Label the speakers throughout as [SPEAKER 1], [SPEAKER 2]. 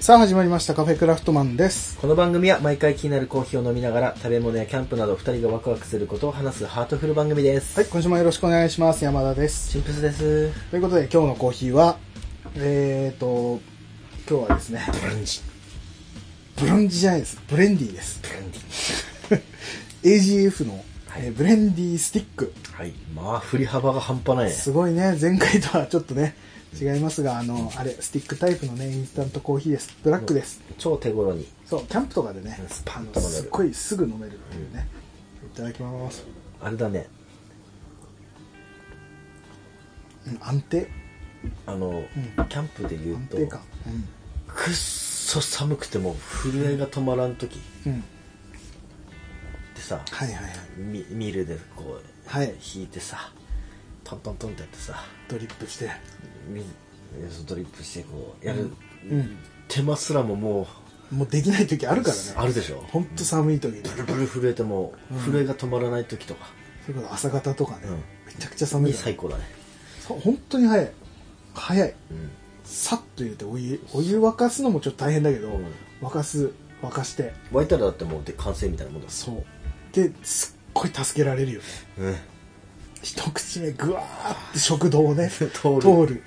[SPEAKER 1] さあ始まりましたカフェクラフトマンです
[SPEAKER 2] この番組は毎回気になるコーヒーを飲みながら食べ物やキャンプなど2人がワクワクすることを話すハートフル番組です
[SPEAKER 1] はい今週もよろしくお願いします山田です
[SPEAKER 2] シンプスです
[SPEAKER 1] ということで今日のコーヒーはえーと今日はですね
[SPEAKER 2] ブランジ
[SPEAKER 1] ブランジじゃないですブレンディーです
[SPEAKER 2] ブランディ
[SPEAKER 1] AGF の、えーブレンディースティック
[SPEAKER 2] はいまあ振り幅が半端ないね
[SPEAKER 1] すごいね前回とはちょっとね違いますがあのあれスティックタイプのねインスタントコーヒーですブラックです
[SPEAKER 2] 超手頃に
[SPEAKER 1] そうキャンプとかでね
[SPEAKER 2] うんスパ
[SPEAKER 1] あ
[SPEAKER 2] ン
[SPEAKER 1] の
[SPEAKER 2] と飲める
[SPEAKER 1] すっごいすぐ飲めるっていうねいただきます
[SPEAKER 2] あれだね
[SPEAKER 1] うん安定
[SPEAKER 2] あの、
[SPEAKER 1] ん
[SPEAKER 2] キャンプで言う
[SPEAKER 1] 安
[SPEAKER 2] と
[SPEAKER 1] 定感うん
[SPEAKER 2] くっそ寒くてもう震えが止まらん時っ
[SPEAKER 1] うん、
[SPEAKER 2] てさ、
[SPEAKER 1] はいはいはい
[SPEAKER 2] ミミルでこう、
[SPEAKER 1] はい
[SPEAKER 2] 引いてさトントントンってやってさ
[SPEAKER 1] ドリップして
[SPEAKER 2] 水水ドリップしてこうやる、
[SPEAKER 1] うん
[SPEAKER 2] 手間すらももう
[SPEAKER 1] もうできない時あるからね
[SPEAKER 2] あるでしょ
[SPEAKER 1] ほんと寒い時にそ
[SPEAKER 2] ブルブル震えても震えが止まらない時とか
[SPEAKER 1] れこそ朝方とかね、
[SPEAKER 2] うん
[SPEAKER 1] めちゃくちゃ寒いか
[SPEAKER 2] に
[SPEAKER 1] ら
[SPEAKER 2] 最高だね
[SPEAKER 1] そう本当に早い早い
[SPEAKER 2] うん
[SPEAKER 1] さっと入れてお湯お湯沸かすのもちょっと大変だけど、
[SPEAKER 2] うん
[SPEAKER 1] 沸かす沸かして
[SPEAKER 2] 沸いたらだってもうで完成みたいなもんだし
[SPEAKER 1] そうですっごい助けられるよね
[SPEAKER 2] うん
[SPEAKER 1] 一口目ぐわーって食堂をね
[SPEAKER 2] 通る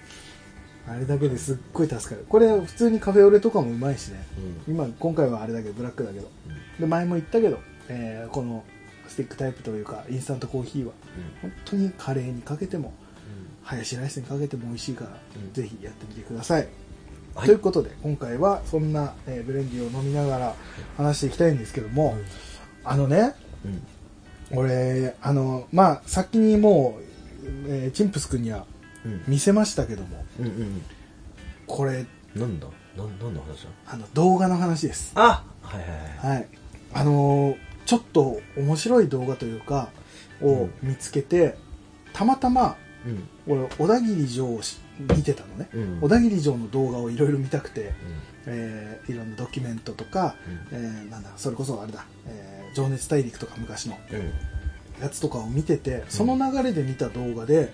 [SPEAKER 1] あれだけですっごい助かるこれ普通にカフェオレとかもうまいしね、今今回はあれだけどブラックだけど、で前も言ったけど、えーこのスティックタイプというかインスタントコーヒーは本当にカレーにかけてもハヤシライスにかけても美味しいから、
[SPEAKER 2] うん
[SPEAKER 1] ぜひやってみてください、
[SPEAKER 2] はい
[SPEAKER 1] ということで今回はそんな、えーブレンディを飲みながら話していきたいんですけども、あのね
[SPEAKER 2] うん
[SPEAKER 1] 俺あのまあ先にもう、えーチンプス君には
[SPEAKER 2] うん
[SPEAKER 1] 見せましたけども
[SPEAKER 2] うんうん
[SPEAKER 1] これ
[SPEAKER 2] なんだなんなんの話だ
[SPEAKER 1] あの動画の話です
[SPEAKER 2] あはいはいはい
[SPEAKER 1] はいあのーちょっと面白い動画というか
[SPEAKER 2] う
[SPEAKER 1] を
[SPEAKER 2] ん
[SPEAKER 1] 見つけて、たまたま
[SPEAKER 2] うん
[SPEAKER 1] 俺小田切城をし見てたのね、
[SPEAKER 2] うん
[SPEAKER 1] 小田切城の動画をいろいろ見たくて、
[SPEAKER 2] うん
[SPEAKER 1] えーいろんなドキュメントとか、
[SPEAKER 2] う
[SPEAKER 1] えーなんだそれこそあれだ、えー情熱大陸」とか昔の
[SPEAKER 2] うん
[SPEAKER 1] やつとかを見ててその流れで見た動画で、
[SPEAKER 2] うん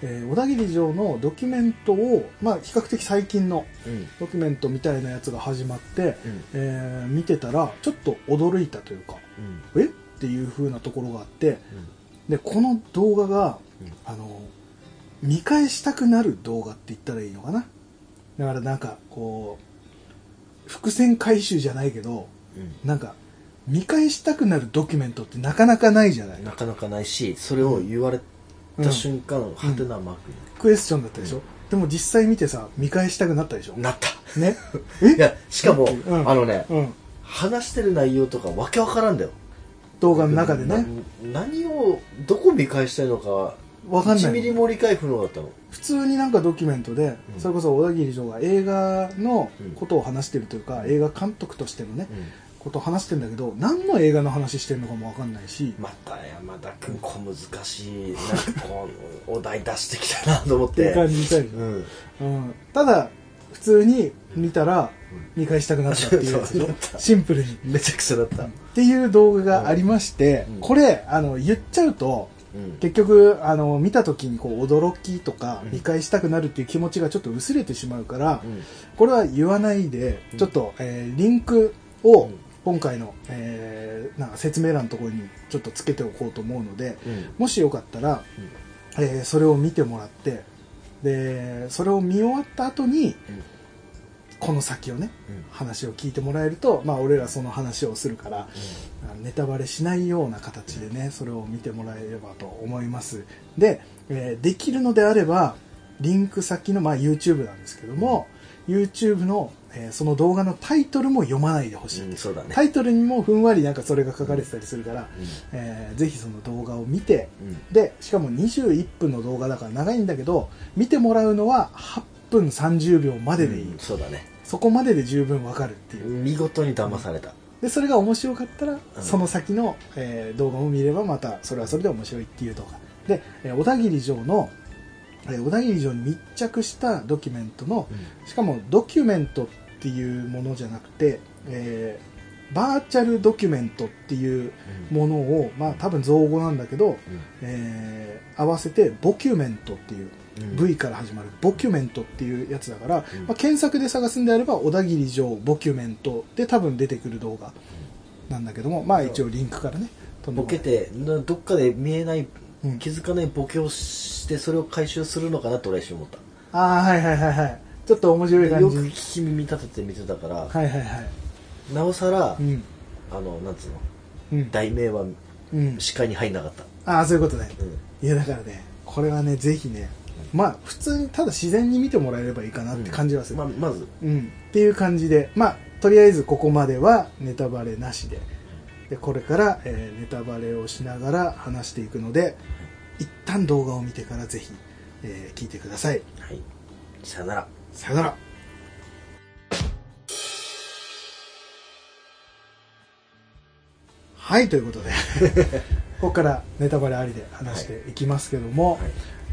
[SPEAKER 1] えー小田切城のドキュメントを、まあ、比較的最近の
[SPEAKER 2] うん
[SPEAKER 1] ドキュメントみたいなやつが始まって、
[SPEAKER 2] うん
[SPEAKER 1] えー見てたらちょっと驚いたというか
[SPEAKER 2] うん
[SPEAKER 1] えっていう風なところがあって
[SPEAKER 2] うん
[SPEAKER 1] でこの動画が、
[SPEAKER 2] うん
[SPEAKER 1] あの見返したくなる動画って言ったらいいのかなだからなんかこう伏線回収じゃないけど
[SPEAKER 2] うん
[SPEAKER 1] なんか見返したくなるドキュメントってなかなかないじゃない
[SPEAKER 2] なかなかないしそれを言われた瞬間ハテナマーク
[SPEAKER 1] クエスチョンだったでしょ、でも実際見てさ見返したくなったでしょ
[SPEAKER 2] になった
[SPEAKER 1] ね
[SPEAKER 2] いやしかも
[SPEAKER 1] うん
[SPEAKER 2] あのね
[SPEAKER 1] うん、
[SPEAKER 2] 話してる内容とかわけわからんだよ
[SPEAKER 1] 動画の中でね
[SPEAKER 2] な何をどこ見返したいのか
[SPEAKER 1] わかんな
[SPEAKER 2] 1ミリ
[SPEAKER 1] い
[SPEAKER 2] も理解不能だったの
[SPEAKER 1] 普通になんかドキュメントで、
[SPEAKER 2] うん
[SPEAKER 1] それこそ小田切城が映画のことを話してるというか、
[SPEAKER 2] うん
[SPEAKER 1] 映画監督としてのね、ことを話してるんだけど何の映画の話してるのかもわかんないし、
[SPEAKER 2] また山田君小難しいなんかこうお題出してきたなと思っ
[SPEAKER 1] っていう
[SPEAKER 2] て
[SPEAKER 1] 感じみたいで
[SPEAKER 2] う、ん
[SPEAKER 1] うん、ただ普通に見たら見返したくなったっていうやつでし
[SPEAKER 2] そう
[SPEAKER 1] ょシンプルに
[SPEAKER 2] めちゃくちゃだったうん
[SPEAKER 1] っていう動画がありまして、
[SPEAKER 2] うん
[SPEAKER 1] これあの言っちゃうと結局あの見た時にこう驚きとか
[SPEAKER 2] うん
[SPEAKER 1] 見返したくなるっていう気持ちがちょっと薄れてしまうから、
[SPEAKER 2] うん
[SPEAKER 1] これは言わないで、
[SPEAKER 2] うん
[SPEAKER 1] ちょっと、えーリンクを
[SPEAKER 2] うん
[SPEAKER 1] 今回の、えーなんか説明欄のところにちょっとつけておこうと思うので
[SPEAKER 2] うん
[SPEAKER 1] もしよかったら、えーそれを見てもらってでそれを見終わった後に
[SPEAKER 2] うん
[SPEAKER 1] この先をね
[SPEAKER 2] うん
[SPEAKER 1] 話を聞いてもらえると、まあ、俺らその話をするから、あのネタバレしないような形でねそれを見てもらえればと思いますで、えーできるのであればリンク先の、まあ、YouTube なんですけども、YouTube の、えーその動画のタイトルも読まないでほしい、
[SPEAKER 2] うんそうだね
[SPEAKER 1] タイトルにもふんわりなんかそれが書かれてたりするから、
[SPEAKER 2] うん
[SPEAKER 1] えーぜひその動画を見て
[SPEAKER 2] うん
[SPEAKER 1] でしかも21分の動画だから長いんだけど見てもらうのは8分30秒まででいい、
[SPEAKER 2] うんそうだね
[SPEAKER 1] そこまでで十分わかるっていう
[SPEAKER 2] 見事に騙された
[SPEAKER 1] でそれが面白かったら、
[SPEAKER 2] うん
[SPEAKER 1] その先の、えー動画も見ればまたそれはそれで面白いっていう動画で、えー小田切城の、えー小田切城に密着したドキュメントのしかもドキュメントっていうものじゃなくて、えーバーチャルドキュメントっていうものをまあ多分造語なんだけど、
[SPEAKER 2] うん
[SPEAKER 1] えー合わせてボキュメントっていう
[SPEAKER 2] うん
[SPEAKER 1] V から始まるボキュメントっていうやつだから、
[SPEAKER 2] うん
[SPEAKER 1] まあ、検索で探すんであれば小田切城ボキュメントで多分出てくる動画なんだけどもまあ一応リンクからね飛んでも
[SPEAKER 2] ボ
[SPEAKER 1] ら
[SPEAKER 2] ケ
[SPEAKER 1] え
[SPEAKER 2] てなどっかで見えない
[SPEAKER 1] うん
[SPEAKER 2] 気づかないボケをしてそれを回収するのかなと俺は一瞬思った
[SPEAKER 1] ああはいはいはいはいちょっと面白い
[SPEAKER 2] よ
[SPEAKER 1] 感
[SPEAKER 2] く
[SPEAKER 1] じに
[SPEAKER 2] 聞き耳立てて見てたから
[SPEAKER 1] はいはいはい
[SPEAKER 2] なおさら
[SPEAKER 1] うん
[SPEAKER 2] あのなんつうの
[SPEAKER 1] うん、
[SPEAKER 2] 題名は
[SPEAKER 1] うん、
[SPEAKER 2] 視界に入んなかった
[SPEAKER 1] ああそういうことね
[SPEAKER 2] うん
[SPEAKER 1] いやだからねこれはねぜひねまあ普通にただ自然に見てもらえればいいかなって感じはする、
[SPEAKER 2] ままず
[SPEAKER 1] うん、っていう感じで、まあ、とりあえずここまではネタバレなしででこれから、えーネタバレをしながら話していくので一旦動画を見てからぜひ、えー聞いてください
[SPEAKER 2] はいさよなら
[SPEAKER 1] さよならはいという ことでここからネタバレありで話していきますけども、
[SPEAKER 2] はい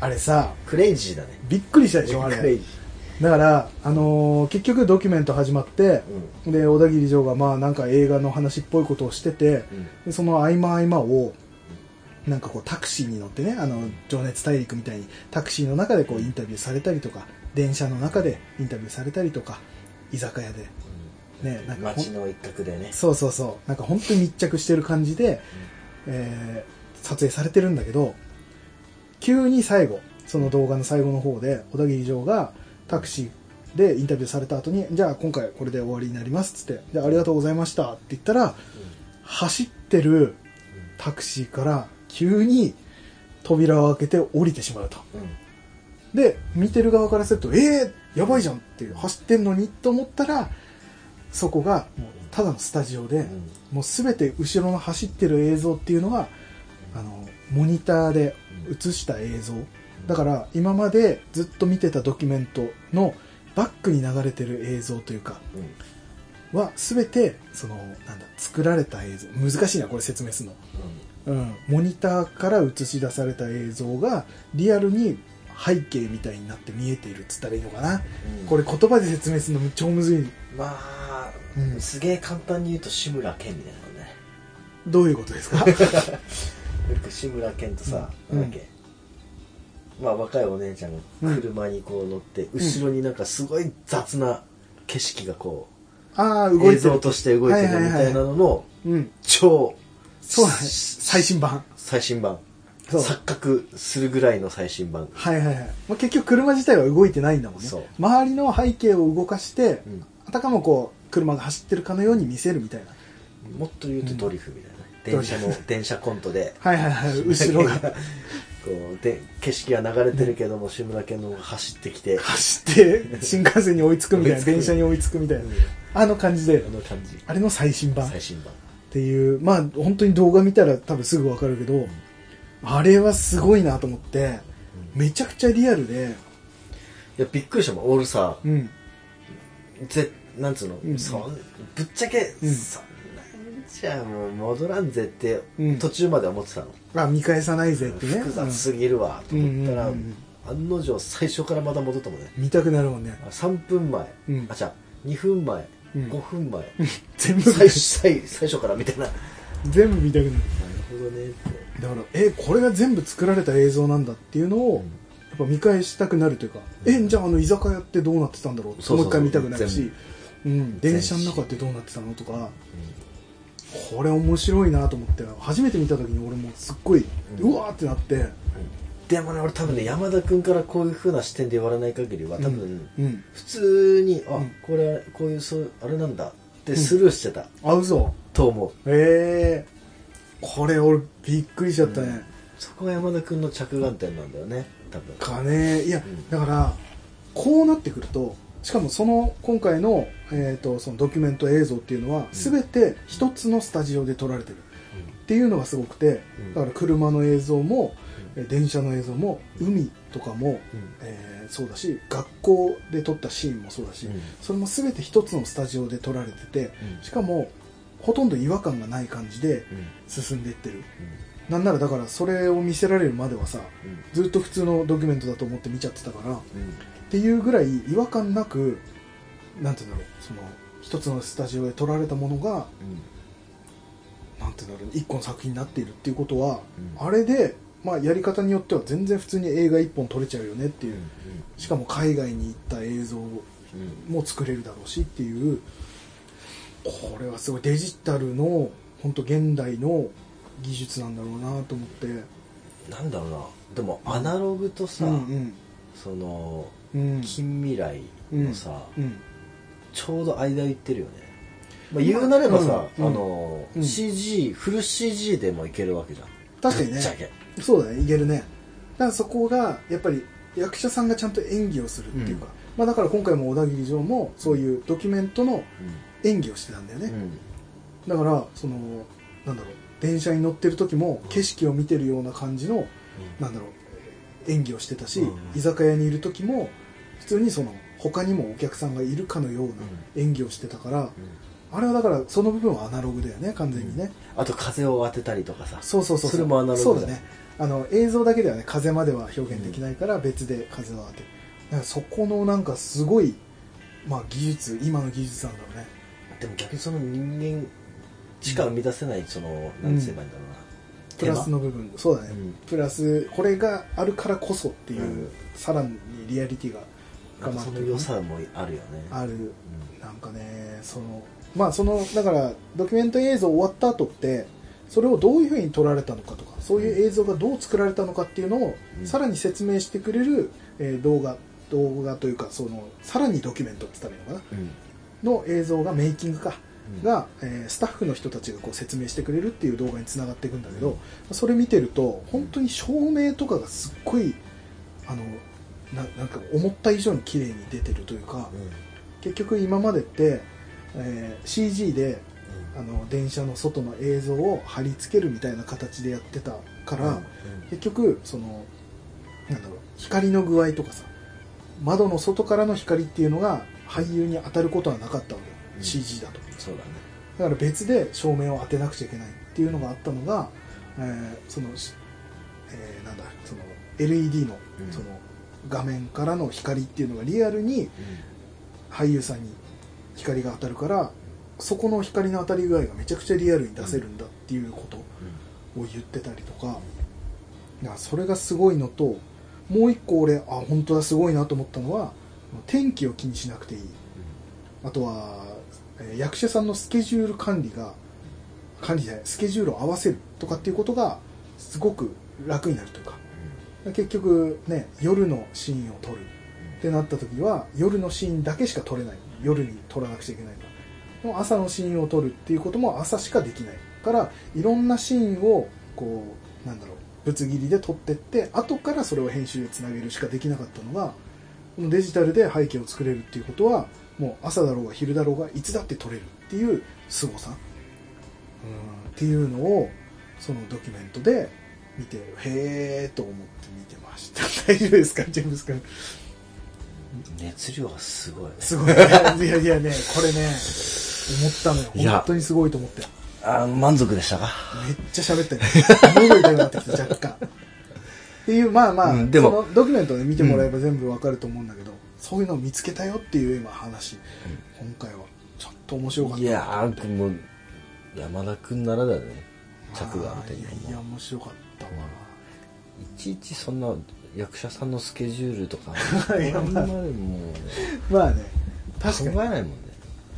[SPEAKER 1] あれさ
[SPEAKER 2] クレイジーだね
[SPEAKER 1] びっくりしたでしょあれ
[SPEAKER 2] クレイジ
[SPEAKER 1] だから、あのー結局ドキュメント始まって、で小田切城がまあなんか映画の話っぽいことをしてて、
[SPEAKER 2] ーうん
[SPEAKER 1] でその合間合間をなんかこうタクシーに乗ってね「あの情熱大陸」みたいにタクシーの中でこうインタビューされたりとか電車の中でインタビューされたりとか居酒屋で、ね、なんかほん
[SPEAKER 2] 街の一角でね
[SPEAKER 1] そうそうそうなんか本当に密着してる感じで、えー撮影されてるんだけど急に最後その動画の最後の方で小田切城がタクシーでインタビューされた後にじゃあ今回これで終わりになりますっつってでありがとうございましたって言ったら走ってるタクシーから急に扉を開けて降りてしまうと
[SPEAKER 2] うんうん
[SPEAKER 1] で見てる側からするとえー、やばいじゃんっていう走ってんのにと思ったらそこがもうただのスタジオで、
[SPEAKER 2] うん
[SPEAKER 1] もう全て後ろの走ってる映像っていうのはあのモニターで映した映像だから今までずっと見てたドキュメントのバックに流れてる映像というか
[SPEAKER 2] うん
[SPEAKER 1] は全てそのなんだ作られた映像難しいなこれ説明するの、うん、モニターから映し出された映像がリアルに背景みたいになって見えているっつったらいいのかな、
[SPEAKER 2] うん
[SPEAKER 1] これ言葉で説明するの超むずい
[SPEAKER 2] まあ、
[SPEAKER 1] うん
[SPEAKER 2] すげえ簡単に言うと志村けんみたいなもんね
[SPEAKER 1] どういうことですか
[SPEAKER 2] よく志村けんとさ、
[SPEAKER 1] うん
[SPEAKER 2] なんだっけ、まあ若いお姉ちゃんが車にこう乗って、後ろになんかすごい雑な景色がこ
[SPEAKER 1] ああ
[SPEAKER 2] う、
[SPEAKER 1] 動い
[SPEAKER 2] 映
[SPEAKER 1] て
[SPEAKER 2] 像
[SPEAKER 1] る
[SPEAKER 2] として動いてるみ
[SPEAKER 1] はいはいはい
[SPEAKER 2] たいなのの
[SPEAKER 1] うん
[SPEAKER 2] 超
[SPEAKER 1] そうだね。
[SPEAKER 2] し
[SPEAKER 1] 最新版。
[SPEAKER 2] 最新版
[SPEAKER 1] そう
[SPEAKER 2] 錯覚するぐらいの最新版
[SPEAKER 1] はいはいはい。まあ、結局車自体は動いてないんだもんね
[SPEAKER 2] そう。
[SPEAKER 1] 周りの背景を動かして、
[SPEAKER 2] うん
[SPEAKER 1] あたかもこう、車が走ってるかのように見せるみたいな。
[SPEAKER 2] もっと言うとドリフみたいな、電車
[SPEAKER 1] ド
[SPEAKER 2] の
[SPEAKER 1] リ
[SPEAKER 2] 電車コントで
[SPEAKER 1] はいはいはい。 後ろが
[SPEAKER 2] こうで景色が流れてるけども、志村けんの方が走ってきてあ
[SPEAKER 1] 走って、新幹線に追いつくみたい
[SPEAKER 2] 追い
[SPEAKER 1] な、
[SPEAKER 2] つく
[SPEAKER 1] 電車に追いつくみたいな
[SPEAKER 2] うん。
[SPEAKER 1] あの感じで、
[SPEAKER 2] の感じ
[SPEAKER 1] あれの最新版っ
[SPEAKER 2] 最新版
[SPEAKER 1] ていう、まあ本当に動画見たら多分すぐわかるけど、あれはすごいなと思って、めちゃくちゃリアルで、
[SPEAKER 2] いやびっくりしたもん俺さ、
[SPEAKER 1] うん。
[SPEAKER 2] ぜなんつうの、
[SPEAKER 1] うん
[SPEAKER 2] そんぶっちゃけ、
[SPEAKER 1] うん
[SPEAKER 2] そんなんじゃもう戻らんぜって、
[SPEAKER 1] うん
[SPEAKER 2] 途中までは思ってたの、
[SPEAKER 1] あ、見返さないぜってね。
[SPEAKER 2] 複雑すぎるわと思ったら、
[SPEAKER 1] うんうんうん
[SPEAKER 2] 案の定最初からまた戻ったもんね
[SPEAKER 1] うん見たくなるもんね。
[SPEAKER 2] あ3分前、
[SPEAKER 1] うん
[SPEAKER 2] あじゃあ2分前、
[SPEAKER 1] うん
[SPEAKER 2] 5分前
[SPEAKER 1] 全部、
[SPEAKER 2] 最初最最初からみたいななる
[SPEAKER 1] 全部見たくなる。
[SPEAKER 2] ほどねって
[SPEAKER 1] だからえこれが全部作られた映像なんだっていうのを、
[SPEAKER 2] ん
[SPEAKER 1] やっぱ見返したくなるというか、えじゃああの居酒屋ってどうなってたんだろうって
[SPEAKER 2] そうそ
[SPEAKER 1] も
[SPEAKER 2] うそう
[SPEAKER 1] う一回見たくなるし、うん、
[SPEAKER 2] 全部
[SPEAKER 1] 電車の中ってどうなってたのとかこれ面白いなと思って初めて見た時に俺もすっごい、
[SPEAKER 2] う
[SPEAKER 1] うんわーってなって
[SPEAKER 2] でもね俺多分ね山田君からこういうふうな視点で言われない限りは多分、
[SPEAKER 1] うんうん
[SPEAKER 2] 普通にあ、
[SPEAKER 1] うん
[SPEAKER 2] これこういうそうあれなんだってスルーしてた、
[SPEAKER 1] 合うぞ
[SPEAKER 2] と思う
[SPEAKER 1] えー、これ俺びっくりしちゃったね、
[SPEAKER 2] うんそこが山田君の着眼点なんだよね多分
[SPEAKER 1] かねいや、
[SPEAKER 2] ん
[SPEAKER 1] だからこうなってくるとしかもその今回の,、えー、とそのドキュメント映像っていうのは全て一つのスタジオで撮られてるっていうのがすごくて
[SPEAKER 2] うん
[SPEAKER 1] だから車の映像も、えー電車の映像も海とかも、
[SPEAKER 2] うん
[SPEAKER 1] えーそうだし学校で撮ったシーンもそうだし、
[SPEAKER 2] うん
[SPEAKER 1] それも全て一つのスタジオで撮られてて
[SPEAKER 2] うん
[SPEAKER 1] しかもほとんど違和感がない感じで
[SPEAKER 2] うん
[SPEAKER 1] 進んでいってるなんならだからそれを見せられるまではさ
[SPEAKER 2] うん
[SPEAKER 1] ずっと普通のドキュメントだと思って見ちゃってたからっ
[SPEAKER 2] うん
[SPEAKER 1] ていうぐらい違和感なくなんて言うんだろうその一つのスタジオで撮られたものがなんて言うんだろう一個の作品になっているっていうことは、
[SPEAKER 2] うん
[SPEAKER 1] あれでまあ、やり方によっては全然普通に映画1本撮れちゃうよねっていうしかも海外に行った映像も作れるだろうしっていうこれはすごいデジタルの本当現代の技術なんだろうなと思って
[SPEAKER 2] なんだろうなでもアナログとさ、
[SPEAKER 1] うん
[SPEAKER 2] その
[SPEAKER 1] うんうん
[SPEAKER 2] 近未来のさ、
[SPEAKER 1] うん
[SPEAKER 2] ちょうど間行ってるよね、まあ、言うなればさ、
[SPEAKER 1] うん
[SPEAKER 2] あの
[SPEAKER 1] うん
[SPEAKER 2] CG フル CG でもいけるわけじゃん
[SPEAKER 1] 確かに
[SPEAKER 2] ぶっちゃ
[SPEAKER 1] ね
[SPEAKER 2] け
[SPEAKER 1] そうだねいけるねだからそこがやっぱり役者さんがちゃんと演技をするっていうか、
[SPEAKER 2] うん
[SPEAKER 1] まあ、だから今回も小田切城もそういうドキュメントの演技をしてたんだよね、
[SPEAKER 2] うん
[SPEAKER 1] だからそのなんだろう電車に乗ってる時も景色を見てるような感じのなんだろう演技をしてたし、
[SPEAKER 2] うんうん
[SPEAKER 1] 居酒屋にいる時も普通にその他にもお客さんがいるかのような演技をしてたから、あれはだからその部分はアナログだよね完全にね、
[SPEAKER 2] あと風を当てたりとかさ
[SPEAKER 1] そうそうそう
[SPEAKER 2] それもアナログだ
[SPEAKER 1] そうだねあの映像だけではね風までは表現できないから別で風を当てるなんかそこのなんかすごい、まあ、技術今の技術なんだろうね
[SPEAKER 2] でも逆にその人間しか生み出せないその何て言えばいいんだろうな、
[SPEAKER 1] プ
[SPEAKER 2] 手間
[SPEAKER 1] ラスの部分そうだね、
[SPEAKER 2] うん
[SPEAKER 1] プラスこれがあるからこそっていう、
[SPEAKER 2] うん
[SPEAKER 1] さらにリアリティが
[SPEAKER 2] なんか
[SPEAKER 1] 深ま
[SPEAKER 2] その
[SPEAKER 1] るという
[SPEAKER 2] 良
[SPEAKER 1] かね
[SPEAKER 2] さもあるよね
[SPEAKER 1] あるなんかねそのまあそのだからドキュメント映像終わった後ってそれをどういうふうに撮られたのかとかそういう映像がどう作られたのかっていうのを、
[SPEAKER 2] うん
[SPEAKER 1] さらに説明してくれる、えー動画動画というかそのさらにドキュメントって言ったらいいのか
[SPEAKER 2] うんうん
[SPEAKER 1] なの映像がメイキングか
[SPEAKER 2] うん
[SPEAKER 1] が、えースタッフの人たちがこう説明してくれるっていう動画につながっていくんだけど、
[SPEAKER 2] うん
[SPEAKER 1] それ見てると本当に照明とかがすっごいあのななんか思った以上に綺麗に出てるというか、
[SPEAKER 2] うん
[SPEAKER 1] 結局今までって、えー CG であの電車の外の映像を貼り付けるみたいな形でやってたから、
[SPEAKER 2] うん
[SPEAKER 1] 結局そのなんだろう光の具合とかさ窓の外からの光っていうのが俳優に当たることはなかったわけよ、
[SPEAKER 2] うん
[SPEAKER 1] CG だと
[SPEAKER 2] そうだね
[SPEAKER 1] だから別で照明を当てなくちゃいけないっていうのがあったのが、えーその、しえーなんだその LED の
[SPEAKER 2] うん
[SPEAKER 1] その画面からの光っていうのがリアルに俳優さんに光が当たるからそこの光の当たり具合がめちゃくちゃリアルに出せるんだっていうことを言ってたりとかだからそれがすごいのともう一個俺あ本当だすごいなと思ったのは天気を気にしなくていいあとはえー役者さんのスケジュール管理が管理じゃないスケジュールを合わせるとかっていうことがすごく楽になるというか結局ね夜のシーンを撮るってなった時は夜のシーンだけしか撮れない夜に撮らなくちゃいけないからでも朝のシーンを撮るっていうことも朝しかできないからいろんなシーンをこうなんだろうぶつ切りで撮ってって後からそれを編集でつなげるしかできなかったのがこのデジタルで背景を作れるっていうことはもう朝だろうが昼だろうがいつだって撮れるっていう凄さうんっていうのをそのドキュメントで見てへえと思って見てました 大丈夫ですかジェームス君
[SPEAKER 2] 熱量がすごいね
[SPEAKER 1] すごい、ね。いやいやね、これね、思ったの
[SPEAKER 2] い
[SPEAKER 1] よ。
[SPEAKER 2] や
[SPEAKER 1] 本当にすごいと思ったよ。
[SPEAKER 2] あ満足でしたか
[SPEAKER 1] めっちゃ喋ったね。喉痛くなってきた、若干。っていう、まあまあ、
[SPEAKER 2] うんでも
[SPEAKER 1] そのドキュメントで見てもらえば全部わかると思うんだけど、そういうのを見つけたよっていう今話。今回は、ちょっと面白かった。
[SPEAKER 2] いやーもう山田君ならだよね着眼
[SPEAKER 1] あー
[SPEAKER 2] 点
[SPEAKER 1] いや
[SPEAKER 2] が
[SPEAKER 1] いや、
[SPEAKER 2] も
[SPEAKER 1] 面白かったわ。
[SPEAKER 2] ういちいちそんな役者さんのスケジュールとか
[SPEAKER 1] いや
[SPEAKER 2] あん
[SPEAKER 1] ま
[SPEAKER 2] ま
[SPEAKER 1] あ
[SPEAKER 2] りもう
[SPEAKER 1] まあね、
[SPEAKER 2] 確
[SPEAKER 1] 確か
[SPEAKER 2] か
[SPEAKER 1] に
[SPEAKER 2] に、ないもん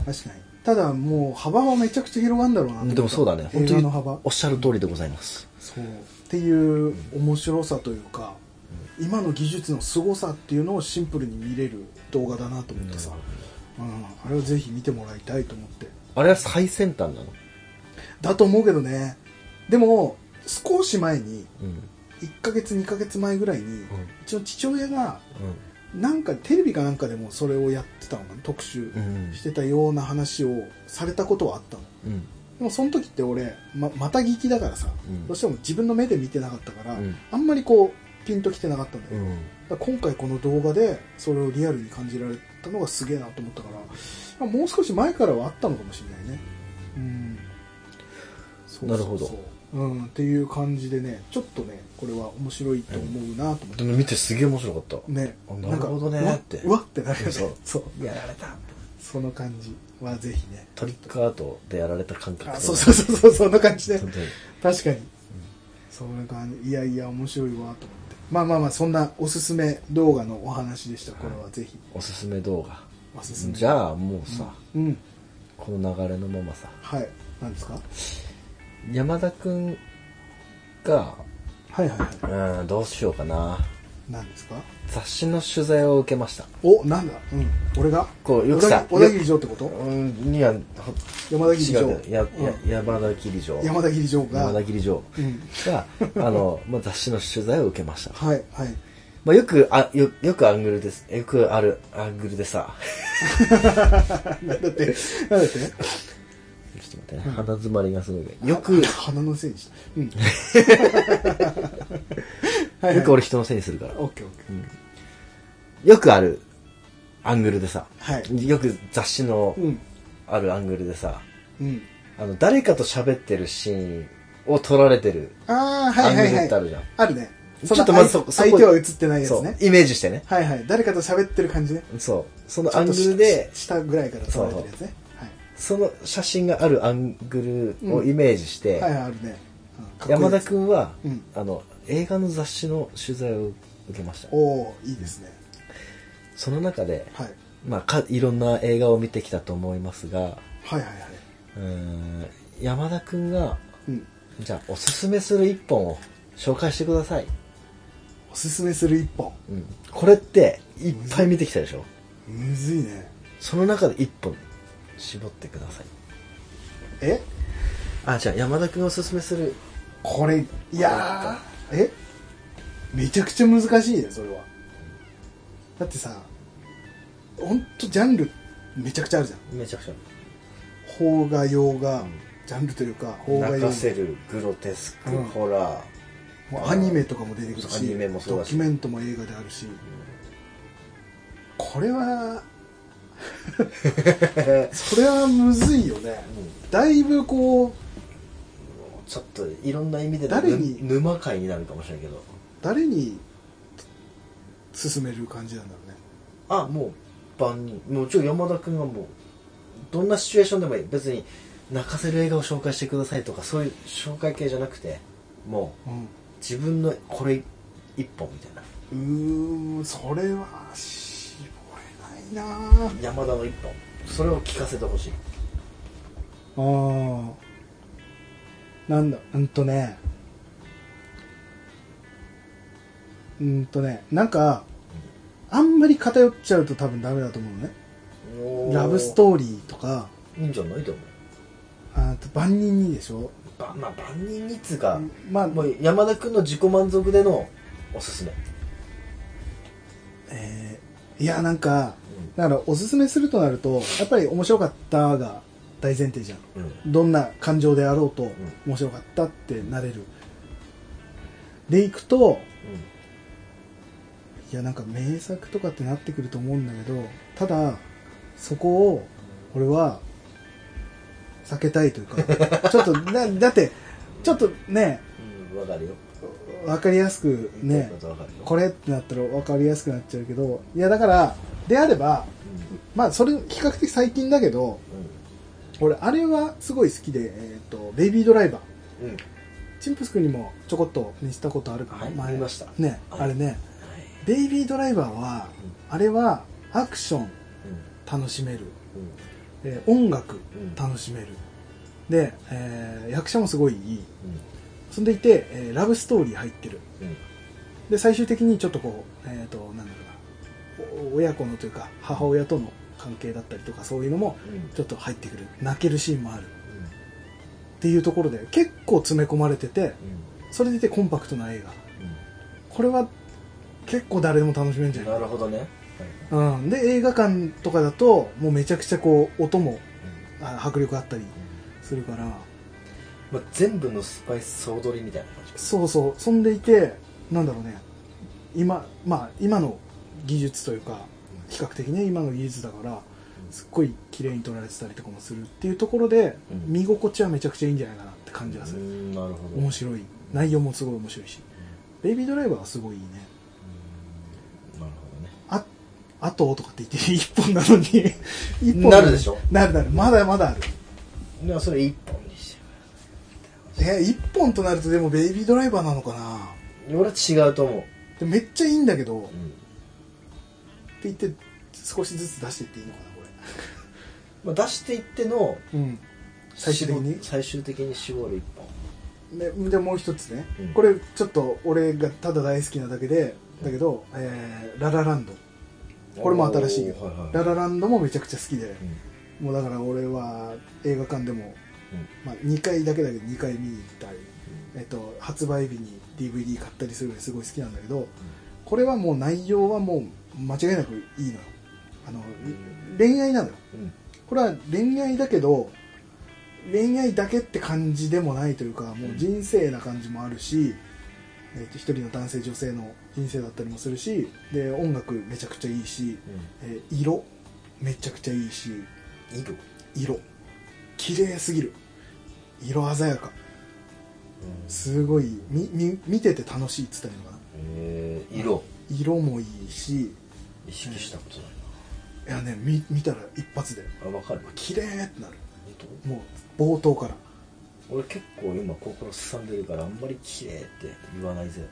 [SPEAKER 1] 確かに。ただもう幅はめちゃくちゃ広がるんだろうなって
[SPEAKER 2] ねでもそうだね
[SPEAKER 1] 映
[SPEAKER 2] 本当
[SPEAKER 1] 画
[SPEAKER 2] に
[SPEAKER 1] の幅
[SPEAKER 2] おっしゃる通りでございます
[SPEAKER 1] そうっていう面白さというか、今の技術の凄さっていうのをシンプルに見れる動画だなと思ってさ、うん、あれをぜひ見てもらいたいと思って
[SPEAKER 2] あれは最先端なの
[SPEAKER 1] だと思うけどねでも少し前に
[SPEAKER 2] うん
[SPEAKER 1] 1ヶ月2ヶ月前ぐらいに、うちの父親が
[SPEAKER 2] う
[SPEAKER 1] なんかテレビかなんかでもそれをやってたのかな特集
[SPEAKER 2] うん
[SPEAKER 1] してたような話をされたことはあったの
[SPEAKER 2] んうん
[SPEAKER 1] でもその時って俺ままた聞きだからさ、
[SPEAKER 2] うん
[SPEAKER 1] どうしても自分の目で見てなかったから、
[SPEAKER 2] うん
[SPEAKER 1] あんまりこうピンときてなかったんだよ、
[SPEAKER 2] うん
[SPEAKER 1] だから今回この動画でそれをリアルに感じられたのがすげえなと思ったから、まあもう少し前からはあったのかもしれないねうんそうそうそう
[SPEAKER 2] なるほど
[SPEAKER 1] うん、っていう感じでねちょっとねこれは面白いと思うなと思って、
[SPEAKER 2] でも見てすげえ面白かった
[SPEAKER 1] ね
[SPEAKER 2] あなるほどね
[SPEAKER 1] なんかうわ
[SPEAKER 2] って
[SPEAKER 1] うわってなるよね
[SPEAKER 2] そう
[SPEAKER 1] そう
[SPEAKER 2] やられた
[SPEAKER 1] その感じはぜひね
[SPEAKER 2] トリックアートでやられた感覚
[SPEAKER 1] あそうそうそうそうそんな感じで
[SPEAKER 2] 本当に
[SPEAKER 1] 確かに、そんな感じいやいや面白いわと思ってまあまあまあそんなおすすめ動画のお話でしたこれはぜひ
[SPEAKER 2] おすすめ動画
[SPEAKER 1] おすすめ
[SPEAKER 2] じゃあもうさ、
[SPEAKER 1] うん
[SPEAKER 2] この流れのままさ
[SPEAKER 1] はい何ですか
[SPEAKER 2] 山田くんが
[SPEAKER 1] はいはいは
[SPEAKER 2] うんどうしようかない
[SPEAKER 1] 何ですか
[SPEAKER 2] 雑誌の取材を受けました
[SPEAKER 1] おなんだうん俺が
[SPEAKER 2] こうよくさ
[SPEAKER 1] 小田切小田切城ってこと
[SPEAKER 2] うんにはほ
[SPEAKER 1] 山田切
[SPEAKER 2] 違
[SPEAKER 1] 城
[SPEAKER 2] うや、や
[SPEAKER 1] うん
[SPEAKER 2] 山田切城
[SPEAKER 1] 山田切城
[SPEAKER 2] 山
[SPEAKER 1] が
[SPEAKER 2] 田切城
[SPEAKER 1] うん
[SPEAKER 2] が、あの、まあ、雑誌の取材を受けました。
[SPEAKER 1] はいはい
[SPEAKER 2] まあ、よく、あ、よ、よくアングルです。よくある、アングルでさ、
[SPEAKER 1] なんだってなんだって
[SPEAKER 2] ちょっと待ってね、鼻詰まりがすごいから。よく、
[SPEAKER 1] 鼻のせいにしたうん はいは
[SPEAKER 2] よ
[SPEAKER 1] い
[SPEAKER 2] く俺人のせいにするから。
[SPEAKER 1] オッケーオッケー
[SPEAKER 2] よくある、アングルでさ、
[SPEAKER 1] はい
[SPEAKER 2] よく雑誌の
[SPEAKER 1] うん
[SPEAKER 2] あるアングルでさ、
[SPEAKER 1] うん
[SPEAKER 2] あの、誰かと喋ってるシーンを撮られてる。
[SPEAKER 1] ああはいはい
[SPEAKER 2] アング
[SPEAKER 1] は
[SPEAKER 2] ル
[SPEAKER 1] い
[SPEAKER 2] ってあるじゃん
[SPEAKER 1] あるねそ
[SPEAKER 2] ちょ
[SPEAKER 1] の
[SPEAKER 2] っとまずそこそこ
[SPEAKER 1] 相手は映ってないやつ
[SPEAKER 2] そ
[SPEAKER 1] ね
[SPEAKER 2] う、イメージしてね。
[SPEAKER 1] はいはい。誰かと喋ってる感じね。
[SPEAKER 2] そう、そのアングルで、
[SPEAKER 1] 下ぐらいから撮られてるやつね。
[SPEAKER 2] その写真があるアングルをイメージして、
[SPEAKER 1] はい。はい、あるね。うんかっこいい
[SPEAKER 2] 山田
[SPEAKER 1] ん。
[SPEAKER 2] 君は、
[SPEAKER 1] うん
[SPEAKER 2] あの映画の雑誌の取材を受けました
[SPEAKER 1] おおいいですね。
[SPEAKER 2] その中で、
[SPEAKER 1] はい。
[SPEAKER 2] まあ、かいろんな映画を見てきたと思いますが
[SPEAKER 1] はいはいはい。
[SPEAKER 2] うーん山田君が
[SPEAKER 1] うん。
[SPEAKER 2] じゃあおすすめする一本を紹介してください、
[SPEAKER 1] おすすめする一本。
[SPEAKER 2] うん、これっていっぱい見てきたでしょ
[SPEAKER 1] むずいね。
[SPEAKER 2] その中で一本絞ってください
[SPEAKER 1] え
[SPEAKER 2] あじゃあ山田君おすすめする
[SPEAKER 1] これ、いやー。えめちゃくちゃ難しいね、それは。だってさ、ほんとジャンルめちゃくちゃあるじゃん。
[SPEAKER 2] めちゃくちゃ
[SPEAKER 1] 邦画、洋画、ジャンルというか、邦画、
[SPEAKER 2] 泣
[SPEAKER 1] 洋
[SPEAKER 2] か
[SPEAKER 1] 画。
[SPEAKER 2] せるグロテスク、
[SPEAKER 1] うん
[SPEAKER 2] ホラー
[SPEAKER 1] もうアニメとかも出てくるし
[SPEAKER 2] アニメもそう
[SPEAKER 1] ド
[SPEAKER 2] だし
[SPEAKER 1] キュメントも映画であるし、これは それはむずいよね、だいぶこう
[SPEAKER 2] ちょっといろんな意味で
[SPEAKER 1] 誰に
[SPEAKER 2] ぬ沼界になるかもしれないけど
[SPEAKER 1] 誰に進める感じなんだろうね
[SPEAKER 2] あもう万人もうちょ山田君はもうどんなシチュエーションでもいい別に泣かせる映画を紹介してくださいとかそういう紹介系じゃなくてもう自分のこれ一本みたいな
[SPEAKER 1] うんうーんそれは絞れないな
[SPEAKER 2] 山田の一本それを聞かせてほしい
[SPEAKER 1] あーなんだうんとねうんとねなんかあんまり偏っちゃうと多分ダメだと思うのねラブストーリーとか
[SPEAKER 2] ーいいんじゃないと思う
[SPEAKER 1] あと万人にでしょ
[SPEAKER 2] ばまあ万人にっつうか、
[SPEAKER 1] まあ
[SPEAKER 2] もう山田君の自己満足でのおすすめ
[SPEAKER 1] えーいやなんか
[SPEAKER 2] うん
[SPEAKER 1] だからおすすめするとなるとやっぱり面白かったが大前提じゃん
[SPEAKER 2] うん
[SPEAKER 1] どんな感情であろうと面白かったってなれるでいくといやなんか名作とかってなってくると思うんだけどただそこを俺は避けたいというか ちょっとだだってちょっとね
[SPEAKER 2] うんわ、かるよ
[SPEAKER 1] 分かりやすく
[SPEAKER 2] 言って
[SPEAKER 1] ね
[SPEAKER 2] ることわかるよ
[SPEAKER 1] これってなったら分かりやすくなっちゃうけどいやだからであればまあそれ比較的最近だけど俺あれはすごい好きで、えー、とベイビードライバー
[SPEAKER 2] うん、うんうん
[SPEAKER 1] チンプス君にもちょこっと見せたことあるから
[SPEAKER 2] はい
[SPEAKER 1] 前
[SPEAKER 2] 見ました
[SPEAKER 1] ね、
[SPEAKER 2] はい
[SPEAKER 1] あれねベイビードライバーは、あれはアクション楽しめる、
[SPEAKER 2] う
[SPEAKER 1] えー音楽
[SPEAKER 2] うん
[SPEAKER 1] 楽しめる、で、えー役者もすごいいい
[SPEAKER 2] んうん
[SPEAKER 1] そんでいて、えーラブストーリー入ってる
[SPEAKER 2] うん
[SPEAKER 1] で最終的にちょっとこうえっ、となんだろうなお親子のというか母親との関係だったりとかそういうのも
[SPEAKER 2] うん
[SPEAKER 1] ちょっと入ってくる泣けるシーンもあるっていうところで結構詰め込まれててそれでいてコンパクトな映画これは結構誰でも楽しめるんじ
[SPEAKER 2] う
[SPEAKER 1] ゃ
[SPEAKER 2] ん
[SPEAKER 1] ない
[SPEAKER 2] なるほどね、
[SPEAKER 1] うん、で映画館とかだともうめちゃくちゃこう音もあ迫力あったりするから
[SPEAKER 2] まあ、全部のスパイス総取りみたいな感じ
[SPEAKER 1] そうそうそんでいてなんだろうね今まあ今の技術というか比較的ね今の技術だからすっごい綺麗に撮られてたりとかもするっていうところで
[SPEAKER 2] うん
[SPEAKER 1] 見心地はめちゃくちゃいいんじゃないかなって感じがす
[SPEAKER 2] う
[SPEAKER 1] る
[SPEAKER 2] んなるほど
[SPEAKER 1] 面白い内容もすごい面白いしベイビードライバーはすごいいいね
[SPEAKER 2] なるほどね
[SPEAKER 1] ああととかって言って 一本なのに一本
[SPEAKER 2] なるでしょ
[SPEAKER 1] なるなるまだまだある
[SPEAKER 2] でもそれ一本にしてくだ
[SPEAKER 1] ね一本となるとでもベイビードライバーなのかな
[SPEAKER 2] 俺は違うと思う、
[SPEAKER 1] でめっちゃいいんだけど、っ
[SPEAKER 2] うん
[SPEAKER 1] て言って少しずつ出していっていいのかなこ
[SPEAKER 2] まあ、出していっての
[SPEAKER 1] れうん最終的に
[SPEAKER 2] 絞最終的に絞る一本
[SPEAKER 1] ででもう一つね、
[SPEAKER 2] うん
[SPEAKER 1] これちょっと俺がただ大好きなだけでだけど、えーララランドこれも新しいよ
[SPEAKER 2] おーはいはい
[SPEAKER 1] ララランドもめちゃくちゃ好きで
[SPEAKER 2] う、ん
[SPEAKER 1] もうだから俺は映画館でも、
[SPEAKER 2] う
[SPEAKER 1] ま
[SPEAKER 2] ん
[SPEAKER 1] あ、2回だけだけど2回見に行ったり、えっと、発売日に DVD 買ったりするのすごい好きなんだけど、これはもう内容はもう間違いなくいいのよあの、恋愛なのよ
[SPEAKER 2] うん
[SPEAKER 1] これは恋愛だけど恋愛だけって感じでもないというかもう人生な感じもあるし、えっと、一人の男性女性の人生だったりもするしで音楽めちゃくちゃいいし、えー色めちゃくちゃいいし
[SPEAKER 2] うん色
[SPEAKER 1] 色綺麗すぎる色鮮やかすごいみみ見てて楽しいっつったらいいのかな
[SPEAKER 2] えー色
[SPEAKER 1] 色もいいし
[SPEAKER 2] 意識したことない
[SPEAKER 1] いやね見見たら一発で
[SPEAKER 2] なあ分かる
[SPEAKER 1] 綺麗ってなる
[SPEAKER 2] 本
[SPEAKER 1] もう冒頭から
[SPEAKER 2] 当俺結構今心すさんでるからあんまり綺麗って言わないぜ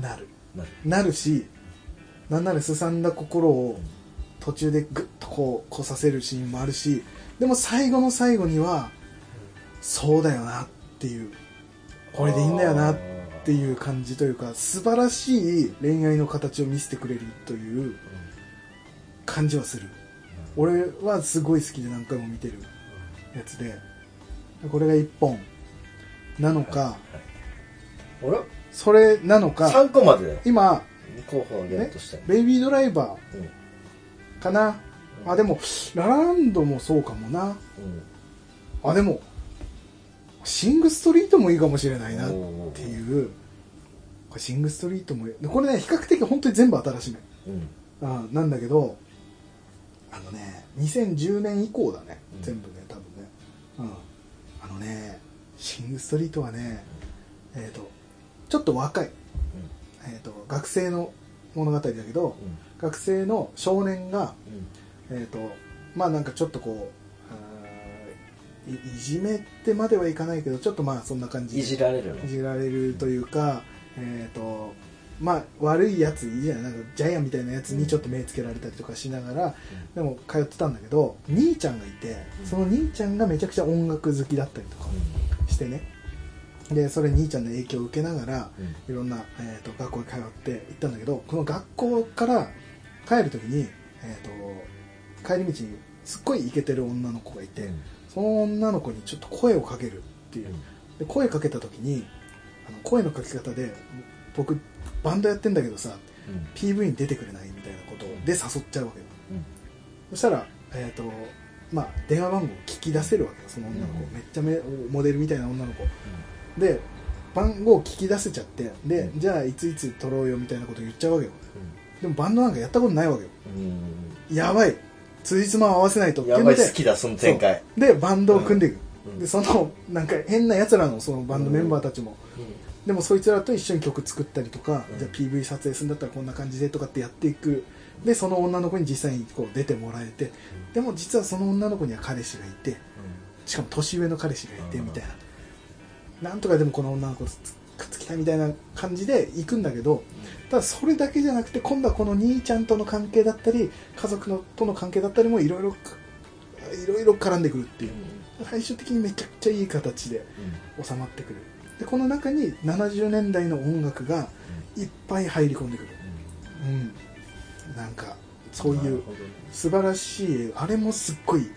[SPEAKER 1] なる
[SPEAKER 2] なる
[SPEAKER 1] なるしなんならすさんだ心を途中でグッとこうこさせるシーンもあるしでも最後の最後にはそうだよなっていうこれでいいんだよなって
[SPEAKER 2] う
[SPEAKER 1] いう感じというか素晴らしい恋愛の形を見せてくれるという感じはする俺はすごい好きで何回も見てるやつでこれが1本なのか
[SPEAKER 2] あら
[SPEAKER 1] それなのか
[SPEAKER 2] 3個までだよ
[SPEAKER 1] 今
[SPEAKER 2] 候補をゲットした
[SPEAKER 1] ベイビードライバ
[SPEAKER 2] うんうん
[SPEAKER 1] ーかなあでもララランドもそうかもなあでもシングストリートもいいかもしれないなっていうこれシングストリートもいいこれね比較的本当に全部新しめ
[SPEAKER 2] うん
[SPEAKER 1] あなんだけどあのね2010年以降だね
[SPEAKER 2] うん
[SPEAKER 1] 全部ね多分ね、うん、あのねシング・ストリートはねえっ、とちょっと若い、えー、と学生の物語だけど
[SPEAKER 2] うん
[SPEAKER 1] 学生の少年が
[SPEAKER 2] うんうん
[SPEAKER 1] えっ、とまあなんかちょっとこうあーいいじめってまではいかないけどちょっとまあそんな感じで
[SPEAKER 2] いじられるの
[SPEAKER 1] いじられるというか、えーとまあ、悪いやついいじゃないなんかジャイアンみたいなやつにちょっと目つけられたりとかしながら、でも通ってたんだけど兄ちゃんがいて
[SPEAKER 2] うん
[SPEAKER 1] その兄ちゃんがめちゃくちゃ音楽好きだったりとかしてねでそれ兄ちゃんの影響を受けながら
[SPEAKER 2] うんうん
[SPEAKER 1] いろんな、えー、と学校に通って行ったんだけどこの学校から帰る時に、えー、と帰り道にすっごいイケてる女の子がいてその女の子にちょっと声をかけるっていう。で声かけた時にあの声のかけ方で「僕バンドやってんだけどさ PV に出てくれない?」みたいなことで誘っちゃうわけよそしたら、えーとまあ、電話番号を聞き出せるわけよその女の子、
[SPEAKER 2] うん
[SPEAKER 1] めっちゃめモデルみたいな女の子で番号を聞き出せちゃってで、
[SPEAKER 2] うん
[SPEAKER 1] じゃあいついつ撮ろうよみたいなこと言っちゃうわけよでもバンドなんかやったことないわけよやばい辻褄を合わせないとっていう
[SPEAKER 2] や
[SPEAKER 1] の
[SPEAKER 2] ば
[SPEAKER 1] で
[SPEAKER 2] い好きだその展開
[SPEAKER 1] そうでバンドを組んでいく、
[SPEAKER 2] うん
[SPEAKER 1] でそのなんか変なやつらのそのバンドメンバーたちも、でもそいつらと一緒に曲作ったりとか、
[SPEAKER 2] うん
[SPEAKER 1] じゃあ PV 撮影するんだったらこんな感じでとかってやっていくでその女の子に実際にこう出てもらえてでも実はその女の子には彼氏がいてしかも年上の彼氏がいて
[SPEAKER 2] うん
[SPEAKER 1] みたいななんとかでもこの女の子とくっつきたいみたいな感じで行くんだけどただそれだけじゃなくて今度はこの兄ちゃんとの関係だったり家族のとの関係だったりもいろいろかいろいろ絡んでくるっていう最終的にめちゃくちゃいい形で収まってくるでこの中に70年代の音楽がいっぱい入り込んでくるうんなんかそういう素晴らしいあれもすっごい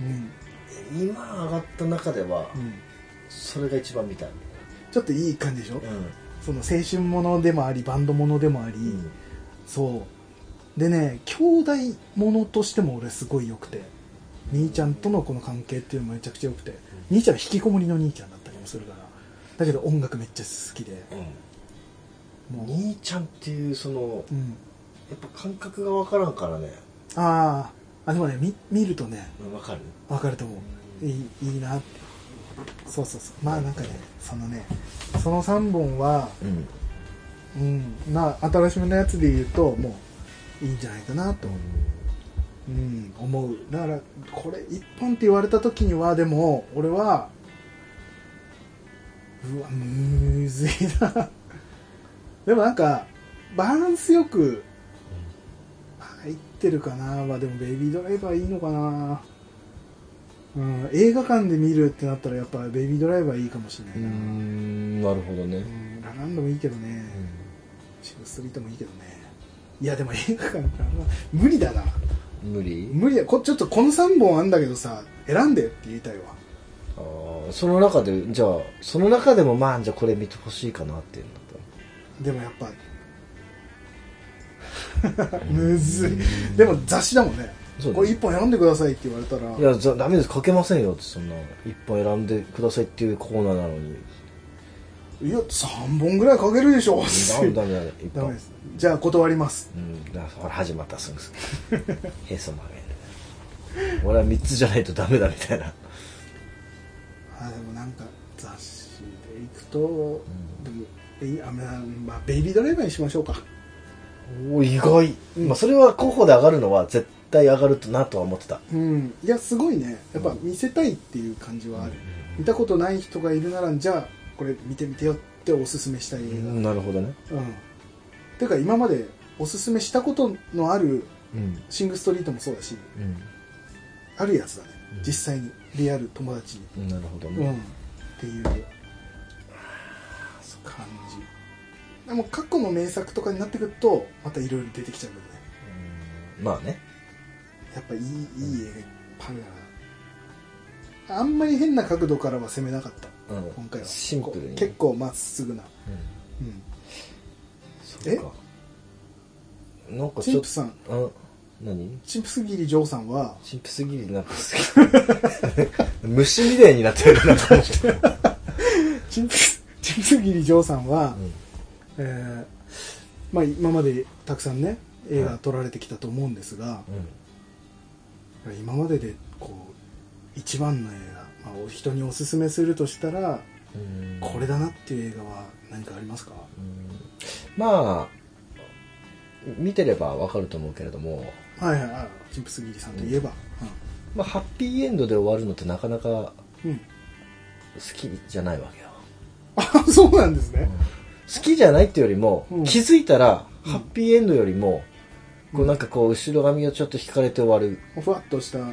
[SPEAKER 1] うん、
[SPEAKER 2] 今上がった中では
[SPEAKER 1] うん、
[SPEAKER 2] それが一番見たい
[SPEAKER 1] ちょっといい感じでしょ
[SPEAKER 2] ん
[SPEAKER 1] その青春ものでもありバンドものでもあり、そうでね兄弟ものとしても俺すごい良くて兄ちゃんとのこの関係っていうのもめちゃくちゃ良くて兄ちゃんは引きこもりの兄ちゃんだったりもするからだけど音楽めっちゃ好きでもう、
[SPEAKER 2] 兄ちゃんっていうその
[SPEAKER 1] うん、
[SPEAKER 2] やっぱ感覚が分からんからね
[SPEAKER 1] あーあでもね見見るとね
[SPEAKER 2] 分かる
[SPEAKER 1] 分かると思ういいいいなってそうそうそうまあなんかねそのねその3本は
[SPEAKER 2] うん
[SPEAKER 1] うんまあ新しめのやつで言うともういいんじゃないかなと、うん、思うだからこれ一本って言われた時にはでも俺はうわむずいな でもなんかバランスよく入ってるかなまあでもベイビードライバーいいのかなうん映画館で見るってなったらやっぱベイビードライバーいいかもしれな
[SPEAKER 3] う
[SPEAKER 1] いな、うん、
[SPEAKER 3] んなるほどね、
[SPEAKER 1] ラランドもいいけどね、シブストリートもいいけどねいやでも映画館ってあんま無理だな
[SPEAKER 3] 無理
[SPEAKER 1] 無理だこちょっとこの3本あんだけどさ選んでって言いたいわ
[SPEAKER 3] あー
[SPEAKER 2] その中でじゃあその中でもまあじゃあこれ見てほしいかなっていうんだったら
[SPEAKER 1] でもやっぱ むずいでも雑誌だもんね
[SPEAKER 3] そうです
[SPEAKER 1] これ1本選んでくださいって言われたら
[SPEAKER 2] いや、じゃダメです。書けませんよって、そんな。一本選んでくださいっていうコーナーなの に。
[SPEAKER 1] いや3本ぐらいかけるでしょ
[SPEAKER 2] ダメダメダメ。一
[SPEAKER 1] ダ
[SPEAKER 2] 本。
[SPEAKER 1] メですじゃあ断ります
[SPEAKER 2] うん。だからほら始まった、すぐ すぐ。へそ曲げる。俺は三つじゃないとダメだみたいな。
[SPEAKER 1] あでもなんか雑誌でいくと、でもえあまあまあベイビードライバーにしましょうか
[SPEAKER 2] おー意外。まあ、それは候補で上がるのは絶対上がるなとは思ってた。
[SPEAKER 1] うんいやすごいねやっぱ見せたいっていう感じはある、見たことない人がいるならじゃあこれ見てみてよっておすすめしたい映画、
[SPEAKER 2] うん、なるほどね。
[SPEAKER 1] うん、てか今までおすすめしたことのある
[SPEAKER 2] うん。
[SPEAKER 1] シングストリートもそうだしあるやつだね、実際にリアル友達に、
[SPEAKER 2] うん。なるほど
[SPEAKER 1] うん、っ
[SPEAKER 2] ね。
[SPEAKER 1] ていう感じでも過去の名作とかになってくるとまたいろいろ出てきちゃうけどね
[SPEAKER 2] まあね。
[SPEAKER 1] やっぱいいいい映画いっぱいあるなあんまり変な角度からは攻めなかった、
[SPEAKER 2] うん
[SPEAKER 1] 今回は
[SPEAKER 2] シンプルにね
[SPEAKER 1] こう結構まっすぐな、
[SPEAKER 2] うん。
[SPEAKER 1] うん、
[SPEAKER 2] そうか。なんか
[SPEAKER 1] チ
[SPEAKER 2] ち
[SPEAKER 1] ン
[SPEAKER 2] ょっ
[SPEAKER 1] プさん
[SPEAKER 2] と、うん。何
[SPEAKER 1] チンプスギリジョーさんは
[SPEAKER 2] チンプすぎるなんか好き。 虫みたいになってるなと 思って。
[SPEAKER 1] チンプ スチンプスギリジョーさんは、えーまあ、今までたくさんね映画撮られてきたと思うんですが、今まででこう一番の映画、まあ、お人におすすめするとしたら
[SPEAKER 2] うん
[SPEAKER 1] これだなっていう映画は何かありますか
[SPEAKER 2] まあ、見てればわかると思うけれども、
[SPEAKER 1] はいはいはいチンプスギリさんといえば
[SPEAKER 2] まあ、ハッピーエンドで終わるのってなかなか好
[SPEAKER 1] うん、うん
[SPEAKER 2] きじゃないわけよ。
[SPEAKER 1] あ そうなんですね、
[SPEAKER 2] 好きじゃないっていうよりも、
[SPEAKER 1] うん
[SPEAKER 2] 気づいたら、ハッピーエンドよりも、こうなんかこう、後ろ髪をちょっと引かれて終わる。
[SPEAKER 1] ふわっとした
[SPEAKER 2] うん。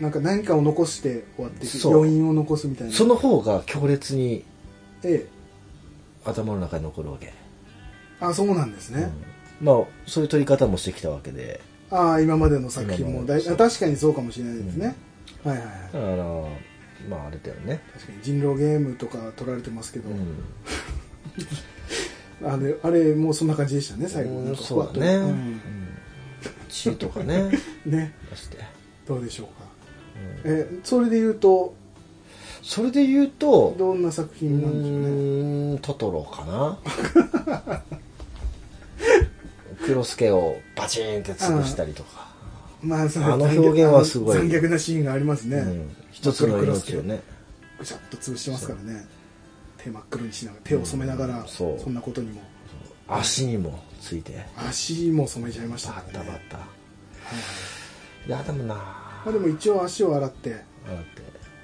[SPEAKER 1] なんか何かを残して終わっていく
[SPEAKER 2] そう
[SPEAKER 1] 余韻を残すみたいな
[SPEAKER 2] その方が強烈に
[SPEAKER 1] ええ
[SPEAKER 2] 頭の中に残るわけ。
[SPEAKER 1] あそうなんですね、
[SPEAKER 2] うんまあ、そういう撮り方もしてきたわけで。
[SPEAKER 1] ああ今までの作品もだい
[SPEAKER 2] 今までそう
[SPEAKER 1] あ確かにそうかもしれないですね、はいはいはい
[SPEAKER 2] だから、まああれだよね。
[SPEAKER 1] 確かに人狼ゲームとか撮られてますけど、
[SPEAKER 2] うん。
[SPEAKER 1] あれあれもうそんな感じでしたね最後
[SPEAKER 2] うん
[SPEAKER 1] なんかふ
[SPEAKER 2] そ
[SPEAKER 1] わっ
[SPEAKER 2] う
[SPEAKER 1] と
[SPEAKER 2] だね、う
[SPEAKER 1] うん
[SPEAKER 2] ん、地位とかね
[SPEAKER 1] ね
[SPEAKER 2] 出して、
[SPEAKER 1] どうでしょうか
[SPEAKER 2] うん
[SPEAKER 1] えそれで言うと
[SPEAKER 2] それで言うと
[SPEAKER 1] どんな作
[SPEAKER 2] う
[SPEAKER 1] 品なんでしょうね
[SPEAKER 2] ーんトトロかな 黒助をバチーンって潰したりとか、
[SPEAKER 1] まあそ
[SPEAKER 2] あの表現はすごい
[SPEAKER 1] 残虐なシーンがありますね、
[SPEAKER 2] うん、一つの命をね
[SPEAKER 1] ぐしゃっと潰してますからね手真っ黒にしながら手を染めながら、
[SPEAKER 2] うんそ
[SPEAKER 1] そうそんなことにも
[SPEAKER 2] 足にもついて
[SPEAKER 1] 足も染めちゃいました
[SPEAKER 2] バ
[SPEAKER 1] から
[SPEAKER 2] ッ
[SPEAKER 1] ね
[SPEAKER 2] タバ
[SPEAKER 1] はい
[SPEAKER 2] ッタ、いやでもな
[SPEAKER 1] まあ、でも一応足を洗って
[SPEAKER 2] だって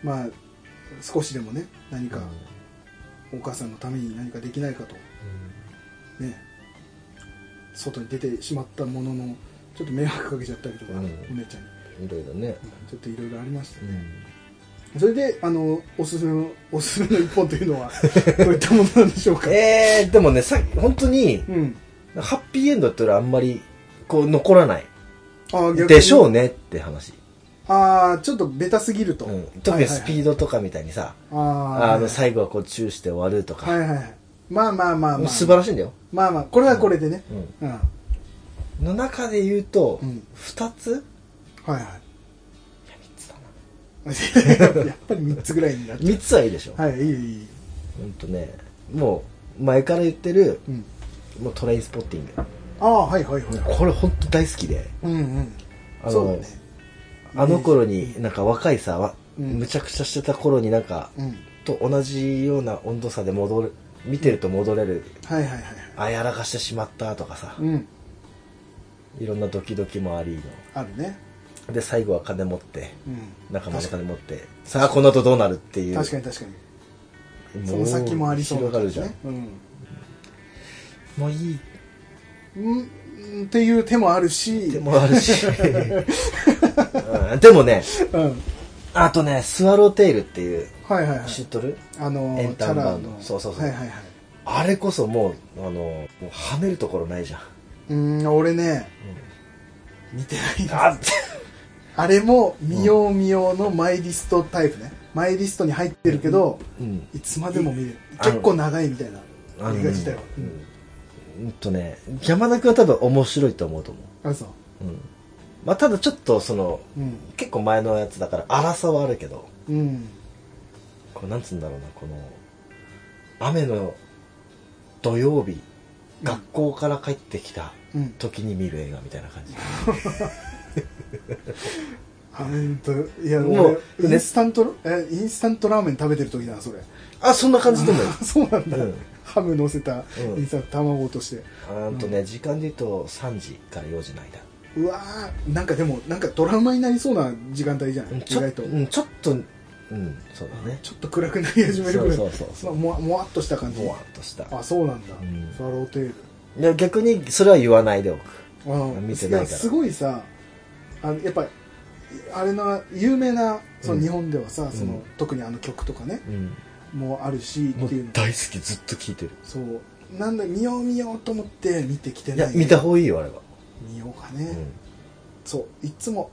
[SPEAKER 1] まあ少しでもね何
[SPEAKER 2] う
[SPEAKER 1] かお母さんのために何かできないかと
[SPEAKER 2] ん
[SPEAKER 1] ね外に出てしまったもののちょっと迷惑かけちゃったりとか、
[SPEAKER 2] うん
[SPEAKER 1] お姉ちゃんに
[SPEAKER 2] いろいろね、
[SPEAKER 1] ちょっといろいろありました
[SPEAKER 2] う
[SPEAKER 1] ね、
[SPEAKER 2] ん
[SPEAKER 1] それであのおすすめのおすすめの一本というの はどういったものなんでしょうか
[SPEAKER 2] えー、でもねさ本当に
[SPEAKER 1] うん
[SPEAKER 2] ハッピーエンドって俺あんまりこう残らない
[SPEAKER 1] あ逆に
[SPEAKER 2] でしょうねって話、
[SPEAKER 1] ああちょっとベタすぎると、
[SPEAKER 2] うん、特にスピ
[SPEAKER 1] ー
[SPEAKER 2] ードとかみたいにさ、
[SPEAKER 1] ド、はいはいはい、あー
[SPEAKER 2] あの最後はこうチューして終わるとか、
[SPEAKER 1] はいはいはいまあまあまあまあ
[SPEAKER 2] 素晴らしいんだよ、
[SPEAKER 1] まあまあこれはこれでね
[SPEAKER 2] うん
[SPEAKER 1] うん、は
[SPEAKER 2] の中で言うと、
[SPEAKER 1] うん
[SPEAKER 2] 2ついや
[SPEAKER 1] い は
[SPEAKER 2] 3つだない
[SPEAKER 1] やっぱり3つぐらいになっち
[SPEAKER 2] 3つはいいでしょ、
[SPEAKER 1] ゃうはいいいいい
[SPEAKER 2] ほんとねもう前から言ってる
[SPEAKER 1] うん
[SPEAKER 2] もうトレインスポッティング
[SPEAKER 1] ああはいはいはい
[SPEAKER 2] これほんと大好きで
[SPEAKER 1] うんうん
[SPEAKER 2] あの
[SPEAKER 1] そうだね
[SPEAKER 2] あの頃になんか若いさ、わ
[SPEAKER 1] うん
[SPEAKER 2] むちゃくちゃしてた頃になんか、
[SPEAKER 1] うん
[SPEAKER 2] と同じような温度差で戻る見てると戻れる、
[SPEAKER 1] はいはいはいはい
[SPEAKER 2] あやらかしてしまったとかさ、
[SPEAKER 1] うん
[SPEAKER 2] いろんなドキドキもあり
[SPEAKER 1] あるね
[SPEAKER 2] ので最後は金持って
[SPEAKER 1] うん
[SPEAKER 2] 仲間の
[SPEAKER 1] 確か
[SPEAKER 2] 金持ってさあこの後どうなるってい
[SPEAKER 1] に
[SPEAKER 2] う
[SPEAKER 1] 確かに確かに
[SPEAKER 3] もう
[SPEAKER 1] その先もありそうな感
[SPEAKER 3] 広がる
[SPEAKER 2] もういい
[SPEAKER 1] うん、うん、っていう手もあるし
[SPEAKER 2] でもある し、うんでもね
[SPEAKER 1] うん、
[SPEAKER 2] あとねスワローテイルっていう
[SPEAKER 1] はいはいはい
[SPEAKER 2] 知っとる
[SPEAKER 1] あの
[SPEAKER 2] エ
[SPEAKER 1] ー
[SPEAKER 2] ン
[SPEAKER 1] チ
[SPEAKER 2] タ
[SPEAKER 1] ャ
[SPEAKER 2] ーバ
[SPEAKER 1] ラ
[SPEAKER 2] ンド
[SPEAKER 1] の
[SPEAKER 2] そうそうそう
[SPEAKER 1] はいはいはい
[SPEAKER 2] あれこそもうあのもうはめるところないじゃん
[SPEAKER 1] うーん俺ね、見てないな
[SPEAKER 2] あ
[SPEAKER 1] あれも見よう見ようのマイリストタイプねマイリストに入ってるけど、
[SPEAKER 2] うん
[SPEAKER 1] いつまでも見れる
[SPEAKER 2] あの
[SPEAKER 1] 結構長いみたいな
[SPEAKER 2] あの
[SPEAKER 1] 映画自体はう
[SPEAKER 2] う
[SPEAKER 1] ん
[SPEAKER 2] んうんとね山田君は多分面白いと思うと思
[SPEAKER 1] あそう
[SPEAKER 2] う、うんまあ、ただちょっとその
[SPEAKER 1] うん
[SPEAKER 2] 結構前のやつだから粗さはあるけど
[SPEAKER 1] うん
[SPEAKER 2] これなんつうんだろうなこの雨の土曜日学校から帰ってきた
[SPEAKER 1] うん
[SPEAKER 2] 時に見る映画みたいな感じ、
[SPEAKER 1] あうんといや
[SPEAKER 2] も
[SPEAKER 1] も
[SPEAKER 2] う
[SPEAKER 1] インスタントえインスタントラーメン食べてる時だなそれ
[SPEAKER 2] あそんな感じでもいい
[SPEAKER 1] あ そうなんだ、
[SPEAKER 2] うん
[SPEAKER 1] ハム乗せた
[SPEAKER 2] うん
[SPEAKER 1] インスタント卵落として
[SPEAKER 2] あんとね時間で言うと3時から4時の間
[SPEAKER 1] うわーなんかでもなんかドラマになりそうな時間帯じゃない、
[SPEAKER 2] うん
[SPEAKER 1] 意
[SPEAKER 2] ちょ
[SPEAKER 1] 外
[SPEAKER 2] っと
[SPEAKER 1] と、
[SPEAKER 2] うんちょっとうんそうだね
[SPEAKER 1] ちょっと暗くなり始めるぐらい
[SPEAKER 2] そうそうそうそう
[SPEAKER 1] まあもわもわっとした感じ
[SPEAKER 2] ぼわっとした
[SPEAKER 1] あそうなんだ、
[SPEAKER 2] うん
[SPEAKER 1] スワローテール
[SPEAKER 2] いや逆にそれは言わないでおく
[SPEAKER 1] あ
[SPEAKER 2] 見てないから
[SPEAKER 1] すごいさあのやっぱりあれな有名なその日本ではさ、その特にあの曲とかね、
[SPEAKER 2] うん
[SPEAKER 1] もうあるし
[SPEAKER 2] も
[SPEAKER 1] っ
[SPEAKER 2] う
[SPEAKER 1] ていうの
[SPEAKER 2] 大好きずっと聞いてる
[SPEAKER 1] そうなんだ見よう見ようと思って見てきて
[SPEAKER 2] い
[SPEAKER 1] な
[SPEAKER 2] や
[SPEAKER 1] い
[SPEAKER 2] 見た方がいいよあれは、
[SPEAKER 1] 見ようか
[SPEAKER 2] う
[SPEAKER 1] ね、
[SPEAKER 2] ん、
[SPEAKER 1] そういつも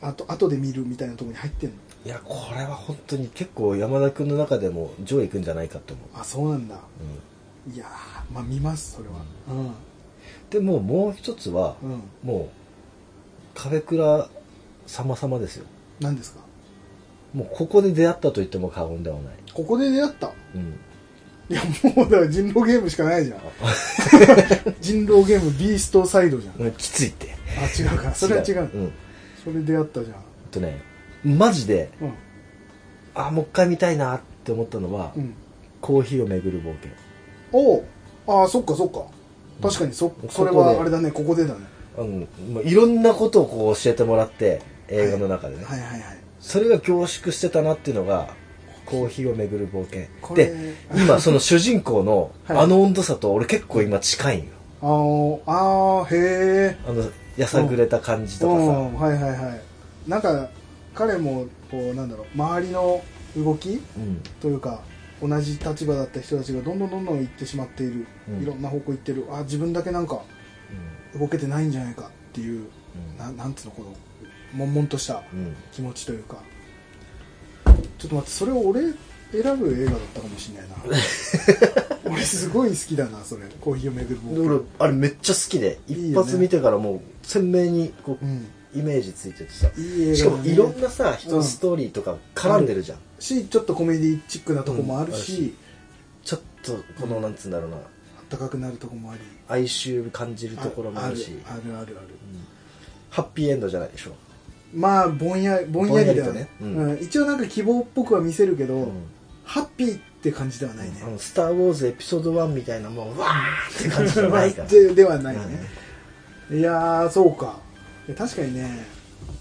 [SPEAKER 1] あと後で見るみたいなところに入ってんの
[SPEAKER 2] いやこれは本当に結構山田君の中でも上位いくんじゃないかと思う、
[SPEAKER 1] あそうなんだ
[SPEAKER 2] うん
[SPEAKER 1] いやーまあ見ますそれはうん
[SPEAKER 2] でもうもう一つは、
[SPEAKER 1] うん
[SPEAKER 2] もう壁倉様々ですよ
[SPEAKER 1] 何ですか
[SPEAKER 2] もうここで出会ったと言っても過言ではない、
[SPEAKER 1] ここで出会った
[SPEAKER 2] うん、
[SPEAKER 1] いやもうだから人狼ゲームしかない じゃん人狼ゲームビーストサイドじゃんあ
[SPEAKER 2] きついって
[SPEAKER 1] 違うかそれは違う
[SPEAKER 2] うん、
[SPEAKER 1] それ出会ったじゃん
[SPEAKER 2] あとねマジで
[SPEAKER 1] うん
[SPEAKER 2] あもう一回見たいなって思ったのは、
[SPEAKER 1] うん
[SPEAKER 2] コーヒーを巡る冒険
[SPEAKER 1] おうああそっかそっか確かにそ
[SPEAKER 2] うん
[SPEAKER 1] それ
[SPEAKER 2] ここで
[SPEAKER 1] はあれだねここでだね
[SPEAKER 2] あのまあいろんなことをこう教えてもらって映画の中でね、
[SPEAKER 1] はいはいはい
[SPEAKER 2] それが凝縮してたなっていうのがコーヒーを巡る冒険
[SPEAKER 1] これ
[SPEAKER 2] で今その主人公の
[SPEAKER 1] はい
[SPEAKER 2] あの温度差と俺結構今近いんよ
[SPEAKER 1] あーあーへえ
[SPEAKER 2] あのやさぐれた感じ
[SPEAKER 1] う
[SPEAKER 2] とかさ
[SPEAKER 1] んはいはいはいなんか彼もこうなんだろう周りの動き
[SPEAKER 2] うん
[SPEAKER 1] というか同じ立場だった人たちがどんどんどんどん行ってしまっている、
[SPEAKER 2] うん
[SPEAKER 1] いろんな方向行ってるあ自分だけなんか動けてないんじゃないかっていうななんつうのこの悶々とした
[SPEAKER 2] うんうん
[SPEAKER 1] 気持ちというかちょっと待ってそれ俺選ぶ映画だったかもしれ ないな俺すごい好きだなそれコーヒーを巡る冒
[SPEAKER 2] で俺あれめっちゃ好きで
[SPEAKER 1] いいよね
[SPEAKER 2] 一発見てからもう鮮明にこ
[SPEAKER 1] うん
[SPEAKER 2] うイメージついててさ
[SPEAKER 1] いい映画だ、ね、
[SPEAKER 2] しかもいろんなさ人のストーリーとか絡んでるじゃん
[SPEAKER 1] しちょっとコメディチックなとこもある
[SPEAKER 2] うんある
[SPEAKER 1] し、
[SPEAKER 2] ちょっとこのなんつうんだろうな
[SPEAKER 1] あったかくなるとこもあり
[SPEAKER 2] 哀愁感じるところもあるし
[SPEAKER 1] あるあるあるある
[SPEAKER 2] ハッピーエンドじゃないでしょ
[SPEAKER 1] まあぼんやぼんやりだよね、
[SPEAKER 2] ぼ
[SPEAKER 1] うん
[SPEAKER 2] やりとね
[SPEAKER 1] ん
[SPEAKER 2] うん
[SPEAKER 1] 一応なんか希望っぽくは見せるけど、
[SPEAKER 2] ん
[SPEAKER 1] ハッピーって感じではないね、
[SPEAKER 2] あの「スター・ウォーズ」エピソード1みたいなもうわーって感じじゃないから
[SPEAKER 1] でではないね、いやーそうかいや確かにね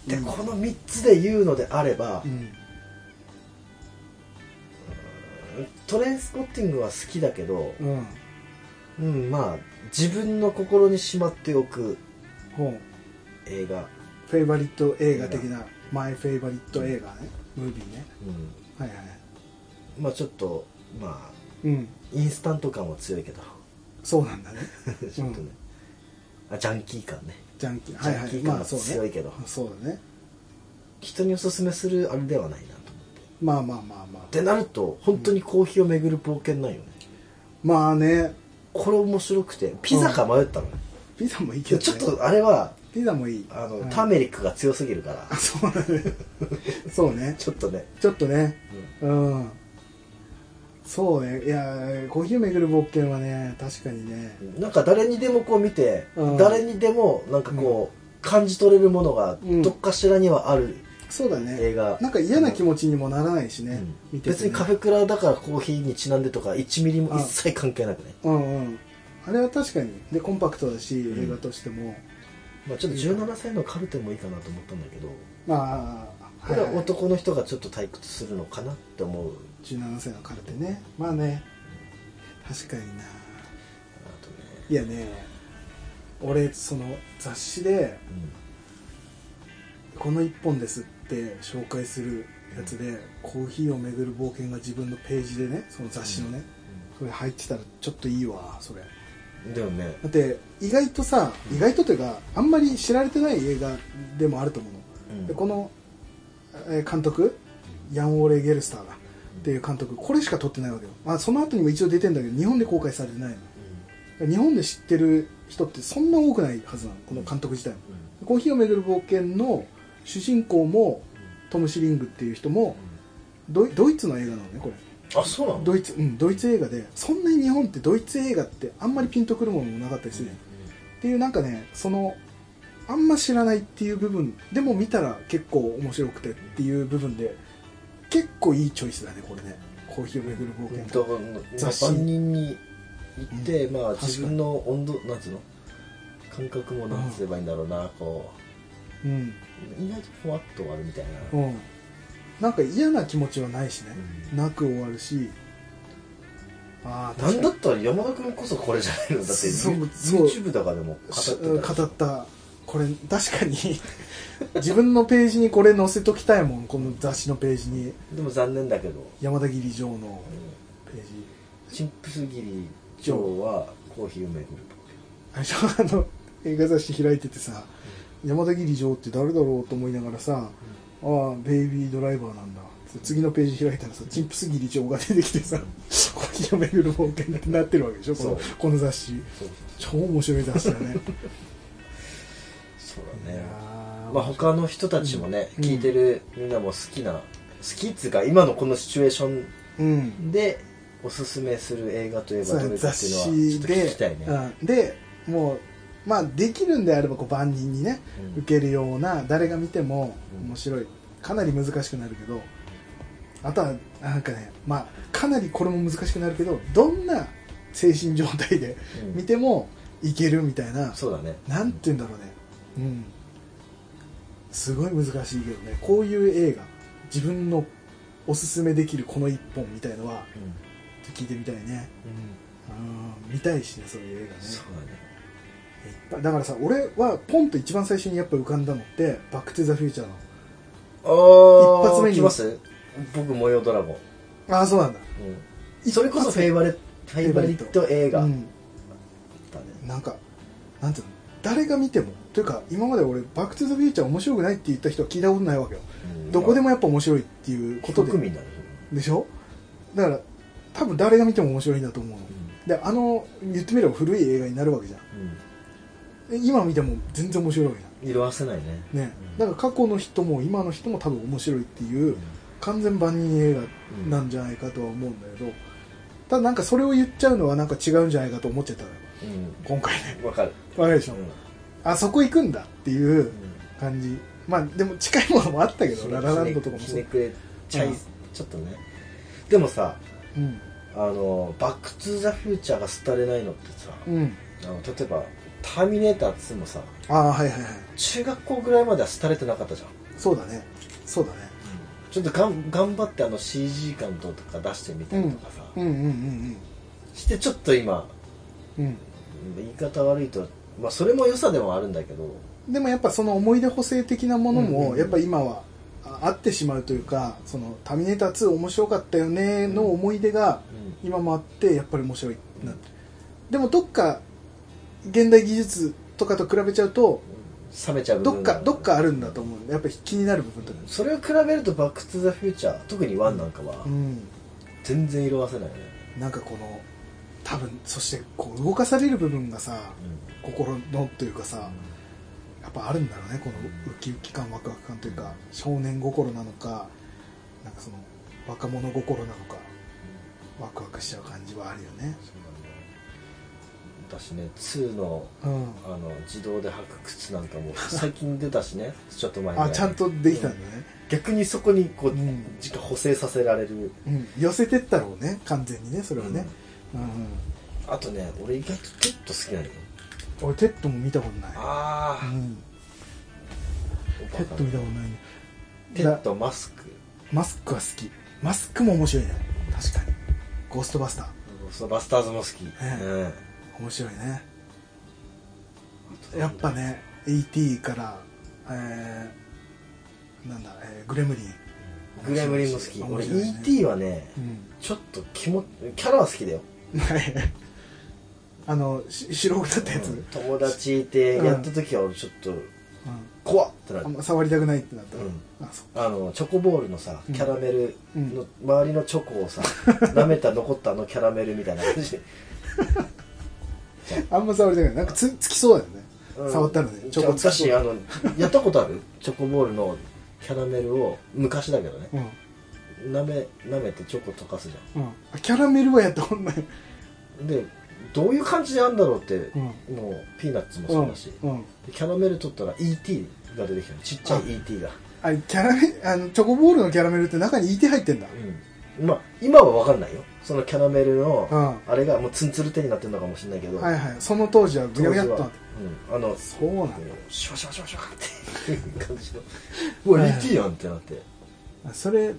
[SPEAKER 2] でこの3つで言うのであれば、
[SPEAKER 1] うん
[SPEAKER 2] トレインスコッティングは好きだけど、
[SPEAKER 1] うん
[SPEAKER 2] うん、まあ自分の心にしまっておく
[SPEAKER 1] ほう
[SPEAKER 2] 映画、
[SPEAKER 1] フェイバリット映画的なマイフェイバリット映画ね、ムービーね
[SPEAKER 2] うん、
[SPEAKER 1] はいはい
[SPEAKER 2] まあちょっとまあ
[SPEAKER 1] うん
[SPEAKER 2] インスタント感は強いけど
[SPEAKER 1] そうなんだ ね
[SPEAKER 2] ちょっとね、あジャンキー感ね
[SPEAKER 1] ジャンキー
[SPEAKER 2] ジ
[SPEAKER 1] はい
[SPEAKER 2] ャ
[SPEAKER 1] は
[SPEAKER 2] ンキ
[SPEAKER 1] い
[SPEAKER 2] ー感
[SPEAKER 1] ま
[SPEAKER 2] は
[SPEAKER 1] あそうね
[SPEAKER 2] 強いけど、
[SPEAKER 1] そうだね
[SPEAKER 2] 人におすすめするあれではないなと思って
[SPEAKER 1] まあまあまあま
[SPEAKER 2] っ
[SPEAKER 1] あ
[SPEAKER 2] てなると本当にコーヒーを巡る冒険なんよね
[SPEAKER 1] まあね
[SPEAKER 2] これ面白くてピザか迷ったの、ね
[SPEAKER 1] ピザもいい
[SPEAKER 2] い
[SPEAKER 1] け
[SPEAKER 2] や
[SPEAKER 1] ど、ね、
[SPEAKER 2] ちょっとあれは
[SPEAKER 1] ピザもいい
[SPEAKER 2] あの、
[SPEAKER 1] はい
[SPEAKER 2] ターメリックが強すぎるから
[SPEAKER 1] あそうだねそうね
[SPEAKER 2] ちょっとね
[SPEAKER 1] ちょっとねうん、そうねいやーコーヒーを巡る冒険はね確かにね
[SPEAKER 2] なんか誰にでもこう見て、
[SPEAKER 1] うん
[SPEAKER 2] 誰にでもなんかこう、感じ取れるものが
[SPEAKER 1] うん
[SPEAKER 2] どっかしらにはある、
[SPEAKER 1] そうだね
[SPEAKER 2] 映画
[SPEAKER 1] なんか嫌な気持ちにもならないしね、見ててね
[SPEAKER 2] 別にカフェクラだからコーヒーにちなんでとか1ミリも一切関係なくね、
[SPEAKER 1] うんうんあれは確かにでコンパクトだし、映画としても
[SPEAKER 2] まあ、ちょっと17歳のカルテもいいかなと思ったんだけど、
[SPEAKER 1] まあ
[SPEAKER 2] これは
[SPEAKER 1] はいはい
[SPEAKER 2] 男の人がちょっと退屈するのかなって思う
[SPEAKER 1] 17歳の空手ねまあね確かにな
[SPEAKER 2] とね
[SPEAKER 1] いやね俺その雑誌で「この一本です」って紹介するやつで、コーヒーをめぐる冒険が自分のページでねその雑誌のね、それ入ってたらちょっといいわそれだ
[SPEAKER 2] うんだよね
[SPEAKER 1] って意外とさ意外とというかあんまり知られてない映画でもあると思うの、
[SPEAKER 2] うん
[SPEAKER 1] でこの、えー監督ヤン・オーレ・ゲルスターだっていう監督これしか撮ってないわけよ、まあ、その後にも一応出てんだけど日本で公開されてないの日本で知ってる人ってそんな多くないはずなのこの監督自体も、コーヒーをめぐる冒険の主人公もトム・シリングっていう人もドイドイツの映画なのねこれ
[SPEAKER 2] あそうなの
[SPEAKER 1] ドイツうんドイツ映画でそんなに日本ってドイツ映画ってあんまりピンとくるものもなかったりする、っていうなんかねそのあんま知らないっていう部分でも見たら結構面白くてっていう部分で結構いいチョイスだねこれねコーヒーをめぐる冒
[SPEAKER 2] だ
[SPEAKER 1] 険
[SPEAKER 2] からまあ
[SPEAKER 1] 雑誌
[SPEAKER 2] 万人に行って、まあ
[SPEAKER 1] 確かに
[SPEAKER 2] 自分の温度なんつうの感覚もなんつえばいいんだろうな、こ
[SPEAKER 1] うん
[SPEAKER 2] う意外とふわっと終わるみたいな、
[SPEAKER 1] うん、なんか嫌な気持ちはないしね、なく終わるしああ
[SPEAKER 2] なんだったら山田君こそこれじゃないのだって
[SPEAKER 1] そう
[SPEAKER 2] You-
[SPEAKER 1] そう
[SPEAKER 2] YouTube だからでも語ってたでしょ
[SPEAKER 1] 語ったこれ確かに自分のページにこれ載せときたいもんこの雑誌のページに
[SPEAKER 2] でも残念だけど、うん
[SPEAKER 1] 山田切城のページ
[SPEAKER 2] チンプスギリジョーはコーヒーをめぐる
[SPEAKER 1] あれあの映画雑誌開いててさ山田切城って誰だろうと思いながらさ、ああベイビードライバーなんだつ次のページ開いたらさチンプスギリ城が出てきてさ「コーヒーを巡る冒険」ってなってるわけでしょこ
[SPEAKER 2] そう
[SPEAKER 1] のこの雑誌
[SPEAKER 2] そう
[SPEAKER 1] 超面白い雑誌だ ね
[SPEAKER 2] そう
[SPEAKER 1] い
[SPEAKER 2] だ
[SPEAKER 1] や
[SPEAKER 2] ね
[SPEAKER 1] ー
[SPEAKER 2] まあ他の人たちもね、
[SPEAKER 1] うん
[SPEAKER 2] 聞いてるみんなも好きな好きっつうか今のこのシチュエーショ
[SPEAKER 1] うん
[SPEAKER 2] ンでおすすめする映画といえば
[SPEAKER 1] そ
[SPEAKER 2] どれかっていう
[SPEAKER 1] う
[SPEAKER 2] の
[SPEAKER 1] 雑
[SPEAKER 2] はちょっ
[SPEAKER 1] 誌
[SPEAKER 2] と
[SPEAKER 1] で
[SPEAKER 2] 聞きたいね、
[SPEAKER 1] うん、でもうまあできるんであればこう万人にね、
[SPEAKER 2] うん
[SPEAKER 1] 受けるような誰が見ても
[SPEAKER 2] うん
[SPEAKER 1] 面白いかなり難しくなるけどあとはなんかねまあかなりこれも難しくなるけどどんな精神状態で
[SPEAKER 2] うん
[SPEAKER 1] 見てもいけるみたいな、
[SPEAKER 2] そうだね
[SPEAKER 1] なんて言うんだろうねうんすごい難しいけどねこういう映画自分のおすすめできるこの一本みたいのは
[SPEAKER 2] うん、
[SPEAKER 1] 聞いてみたいねうん見たいしねそういう映画ね
[SPEAKER 2] そうだね
[SPEAKER 1] いっぱいだからさ俺はポンと一番最初にやっぱ浮かんだのって「バック・トゥ・ザ・フューチャーの」
[SPEAKER 2] あー
[SPEAKER 1] 一発目に
[SPEAKER 2] 来ます僕模様ドラゴン、
[SPEAKER 1] ああそうなんだ
[SPEAKER 2] うん、それこそフェイバリフェイバリット映画
[SPEAKER 1] う
[SPEAKER 2] だね、
[SPEAKER 1] ん、なんかなんていうの誰が見てもというか今まで俺「バック・トゥ・ザ・フューチャー面白くないって言った人は聞いたことないわけよ、
[SPEAKER 2] うん
[SPEAKER 1] どこでもやっぱ面白いっていうことで
[SPEAKER 2] 国民だね
[SPEAKER 1] でしょだから多分誰が見ても面白いんだと思うの、
[SPEAKER 2] う
[SPEAKER 1] であの言ってみれば古い映画になるわけじゃんで今見ても全然面白いわけじゃん
[SPEAKER 2] うん色褪せないね
[SPEAKER 1] ね
[SPEAKER 2] うん
[SPEAKER 1] だから過去の人も今の人も多分面白いっていう、
[SPEAKER 2] うん
[SPEAKER 1] 完全万人映画なんじゃないかとは思うんだけど、ただなんかそれを言っちゃうのはなんか違うんじゃないかと思っちゃったのよ
[SPEAKER 2] う
[SPEAKER 1] 今回ね
[SPEAKER 2] んわかる、
[SPEAKER 1] わかるでし
[SPEAKER 2] う
[SPEAKER 1] ょ、
[SPEAKER 2] ん
[SPEAKER 1] あそこ行くんだっていう感じまあでも近いものもあったけどララランドとかも
[SPEAKER 2] ひ
[SPEAKER 1] そ
[SPEAKER 2] ね
[SPEAKER 1] う、
[SPEAKER 2] くれちゃい、
[SPEAKER 1] うん
[SPEAKER 2] ちょっとねでもさ
[SPEAKER 1] うん
[SPEAKER 2] あの「バック・トゥ・ザ・フューチャー」が廃れないのってさ、
[SPEAKER 1] うん、
[SPEAKER 2] あの例えば「ターミネーター」っつってもさ
[SPEAKER 1] ああはいはいはい
[SPEAKER 2] 中学校ぐらいまでは廃れてなかったじゃん
[SPEAKER 1] そうだねそうだね
[SPEAKER 2] ちょっとがん頑張ってあの CG 感とか出してみたりとかさ、
[SPEAKER 1] うんうんうん
[SPEAKER 2] してちょっと今
[SPEAKER 1] うんうん
[SPEAKER 2] 言い方悪いと、まあ、それも良さでもあるんだけど、
[SPEAKER 1] でもやっぱその思い出補正的なもの
[SPEAKER 2] うんうんう
[SPEAKER 1] も
[SPEAKER 2] ん
[SPEAKER 1] やっぱ今はああってしまうというか「そのターミネーター2面白かったよね」の思い出が今もあってやっぱり面白いなってでもどっか現代技術とかと比べちゃうと
[SPEAKER 2] 冷めちゃう部
[SPEAKER 1] どっ
[SPEAKER 2] 分が
[SPEAKER 1] かどっかあるんだと思うやっぱり気になる部分とか
[SPEAKER 2] それを比べると「バック・トゥ・ザ・フューチャー」特に1なんかは
[SPEAKER 1] うん
[SPEAKER 2] 全然色褪せないよね、
[SPEAKER 1] なんかこの多分そしてこう動かされる部分がさ心のというかさやっぱあるんだろうねこのウキウキ感ワクワク感というか少年心なのかなんかその若者心なのかワクワクしちゃう感じはあるよね
[SPEAKER 2] そうなんだよ私ね2の
[SPEAKER 1] うん
[SPEAKER 2] あの自動で履く靴なん かも最近出たしねちょっと前に
[SPEAKER 1] あちゃんとできたんだね
[SPEAKER 2] 逆にそこにこう、
[SPEAKER 1] うん
[SPEAKER 2] 時間補正させられる
[SPEAKER 1] うん寄せてったろうね完全にねそれはねうんうん
[SPEAKER 2] あとね俺意外とテッド好きなのよ
[SPEAKER 1] 俺テッドも見たことない
[SPEAKER 2] あ
[SPEAKER 1] う
[SPEAKER 2] あ、
[SPEAKER 1] んテッド見たことないね
[SPEAKER 2] テッドマスク
[SPEAKER 1] マスクは好きマスクも面白いねゴーストバスター
[SPEAKER 2] そうバスターズも好き、うん
[SPEAKER 1] 面白いねやっぱね AT から、えー、なんだ、えーグレムリン
[SPEAKER 2] グレムリンも好き
[SPEAKER 1] 面
[SPEAKER 2] 俺
[SPEAKER 1] 白いね
[SPEAKER 2] ET はね
[SPEAKER 1] うん
[SPEAKER 2] ちょっと気持キャラは好きだよ
[SPEAKER 1] はいあのし白くなったやつ、うん
[SPEAKER 2] 友達いてやった時は俺ちょっと怖っってなる
[SPEAKER 1] あんま触りたくないってなったら、
[SPEAKER 2] うん
[SPEAKER 1] あそ
[SPEAKER 2] あのチョコボールのさ
[SPEAKER 1] う
[SPEAKER 2] キ
[SPEAKER 1] ん
[SPEAKER 2] ャラメル
[SPEAKER 1] うん
[SPEAKER 2] の周りのチョコを さ舐めた残ったあのキャラメルみたいな感じで
[SPEAKER 1] あんま触りたくないなんかつつきそうだよね、
[SPEAKER 2] うん
[SPEAKER 1] 触ったらね
[SPEAKER 2] じゃあ
[SPEAKER 1] つき
[SPEAKER 2] 私
[SPEAKER 1] そう
[SPEAKER 2] あのやったことあるチョコボールのキャラメルを昔だけどね
[SPEAKER 1] うん
[SPEAKER 2] 舐め舐めてチョコ溶かすじ
[SPEAKER 1] うん、あキャラメルはやったことない、
[SPEAKER 2] ゃんでどういう感じであんだろうって、
[SPEAKER 1] うん
[SPEAKER 2] もうピーナッツも
[SPEAKER 1] う
[SPEAKER 2] そうんだし、
[SPEAKER 1] うん、
[SPEAKER 2] でキャラメル取ったら ET が出てきたのちっちゃい ET が、
[SPEAKER 1] あれキャラメあのチョコボールのキャラメルって中に ET 入ってんだ
[SPEAKER 2] うん、まあ今は分かんないよそのキャラメル
[SPEAKER 1] う
[SPEAKER 2] の
[SPEAKER 1] ん
[SPEAKER 2] あれがもうツンツル手になってるのかもしれないけど、
[SPEAKER 1] はいはいその当時はぐ
[SPEAKER 2] 当
[SPEAKER 1] やぐ
[SPEAKER 2] 時
[SPEAKER 1] や
[SPEAKER 2] は
[SPEAKER 1] っとなって
[SPEAKER 2] うん、あの
[SPEAKER 1] そうなんだ
[SPEAKER 2] シュワシュワシュワシュワっていう感じ のうわ ET やんってなって
[SPEAKER 1] あそれ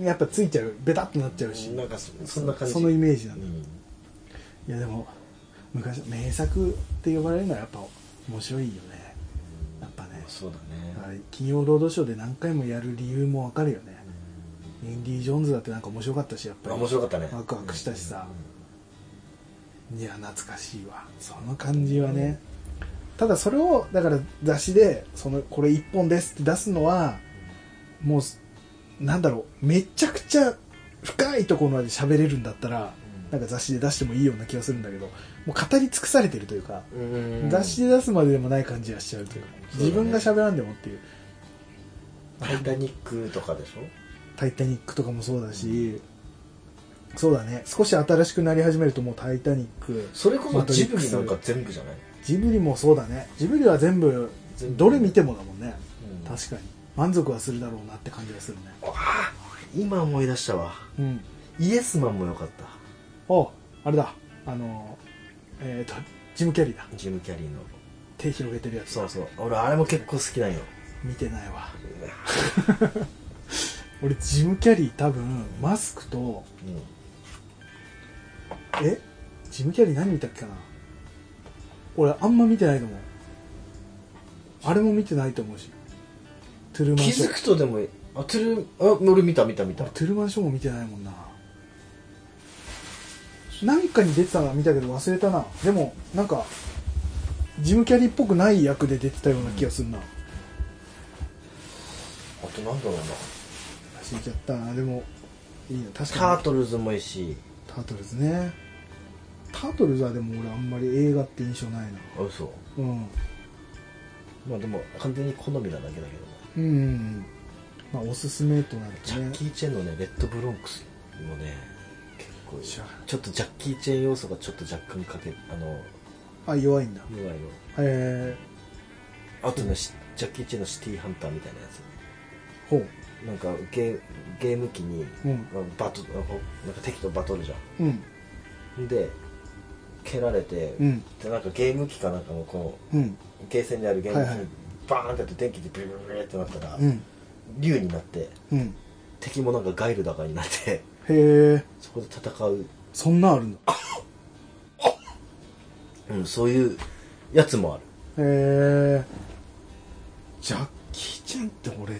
[SPEAKER 1] やっぱついちゃうベタっとなっちゃうし
[SPEAKER 2] なんかそそんな感じ
[SPEAKER 1] そのイメージなんだ、
[SPEAKER 2] う
[SPEAKER 1] い
[SPEAKER 2] ん
[SPEAKER 1] やでも昔名作って呼ばれるのはやっぱ面白いよねやっぱね
[SPEAKER 2] そうだね、
[SPEAKER 1] あれ金曜ロードショーで何回もやる理由もわかるよねインディ・ジョーンズだってなんか面白かったしやっぱり
[SPEAKER 2] 面白かったね
[SPEAKER 1] ワクワクしたしさ、いや懐かしいわその感じはね、ただそれをだから雑誌でそのこれ1本ですって出すのはもうなんだろうめちゃくちゃ深いところまで喋れるんだったら
[SPEAKER 2] うん
[SPEAKER 1] なんか雑誌で出してもいいような気がするんだけどもう語り尽くされてるというか、
[SPEAKER 2] うん
[SPEAKER 1] 雑誌で出すまででもない感じがしちゃうというか
[SPEAKER 2] そうだね
[SPEAKER 1] 自分が喋らんでもっていう
[SPEAKER 2] 「タイタニック」とかでしょ
[SPEAKER 1] 「タイタニック」とかもそうだし、そうだね少し新しくなり始めるともう「タイタニック」
[SPEAKER 2] それこそジブリなんか全部じゃない、
[SPEAKER 1] ジブリもそうだねジブリは全部
[SPEAKER 2] 全部
[SPEAKER 1] どれ見てもだもんね
[SPEAKER 2] うん
[SPEAKER 1] 確かに満足はするだろうなって感じがするね
[SPEAKER 2] 今思い出したわ
[SPEAKER 1] うん
[SPEAKER 2] イエスマンも良かった
[SPEAKER 1] おあれだあのえっ、とジム・キャリーだ
[SPEAKER 2] ジム・キャリーの
[SPEAKER 1] 手広げてるやつ
[SPEAKER 2] そうそう俺あれも結構好きなんよ
[SPEAKER 1] 見てないわ俺ジム・キャリー多分マスクと
[SPEAKER 2] うん
[SPEAKER 1] えジム・キャリー何見たっけかな俺あんま見てないと思うあれも見てないと思うしトゥルーマン
[SPEAKER 2] 気
[SPEAKER 1] ショ
[SPEAKER 2] づ
[SPEAKER 1] ー
[SPEAKER 2] くとでもあトゥルあ俺見た見た見た
[SPEAKER 1] 俺トゥルーマンショーも見てないもんななんかに出てたのは見たけど忘れたなでもなんかジムキャリーっぽくない役で出てたような気がするな、
[SPEAKER 2] あとなんだろうな
[SPEAKER 1] 忘れちゃったなでもいいよ確
[SPEAKER 2] タ
[SPEAKER 1] か
[SPEAKER 2] ートルズもいいし
[SPEAKER 1] にタートルズねタートルズはでも俺あんまり映画って印象ないな
[SPEAKER 2] あ嘘
[SPEAKER 1] うん
[SPEAKER 2] まあでも完全に好みなだけだけども
[SPEAKER 1] うんうんうんまあおすすめとなる
[SPEAKER 2] ジ
[SPEAKER 1] と
[SPEAKER 2] ャ
[SPEAKER 1] ね
[SPEAKER 2] ッキー・チェンのねレッド・ブロンクスもね結構いい
[SPEAKER 1] 知らない
[SPEAKER 2] ちょっとジャッキー・チェン要素がちょっと若干かけあの
[SPEAKER 1] あ弱いんだ
[SPEAKER 2] 弱いよ
[SPEAKER 1] え
[SPEAKER 2] あとねしジャッキー・チェンのシティーハンターみたいなやつ
[SPEAKER 1] ー、ほう
[SPEAKER 2] なんかゲーゲーム機に、
[SPEAKER 1] うん
[SPEAKER 2] まあバトなんかなんか敵とバトルじゃ
[SPEAKER 1] うん
[SPEAKER 2] んで蹴られて、
[SPEAKER 1] うん
[SPEAKER 2] でなんかゲーム機かなんかのこ
[SPEAKER 1] うん
[SPEAKER 2] うゲーセンであるゲーム機
[SPEAKER 1] はいはい
[SPEAKER 2] にバーンってやって電気でビリビリビリってなったら、
[SPEAKER 1] うん
[SPEAKER 2] 竜になって
[SPEAKER 1] うん
[SPEAKER 2] 敵もなんかガイルだかになって
[SPEAKER 1] へえ
[SPEAKER 2] そこで戦う、
[SPEAKER 1] そんなんあるんだ
[SPEAKER 2] うん、そういうやつもある
[SPEAKER 1] へえジャッキー・チェンって俺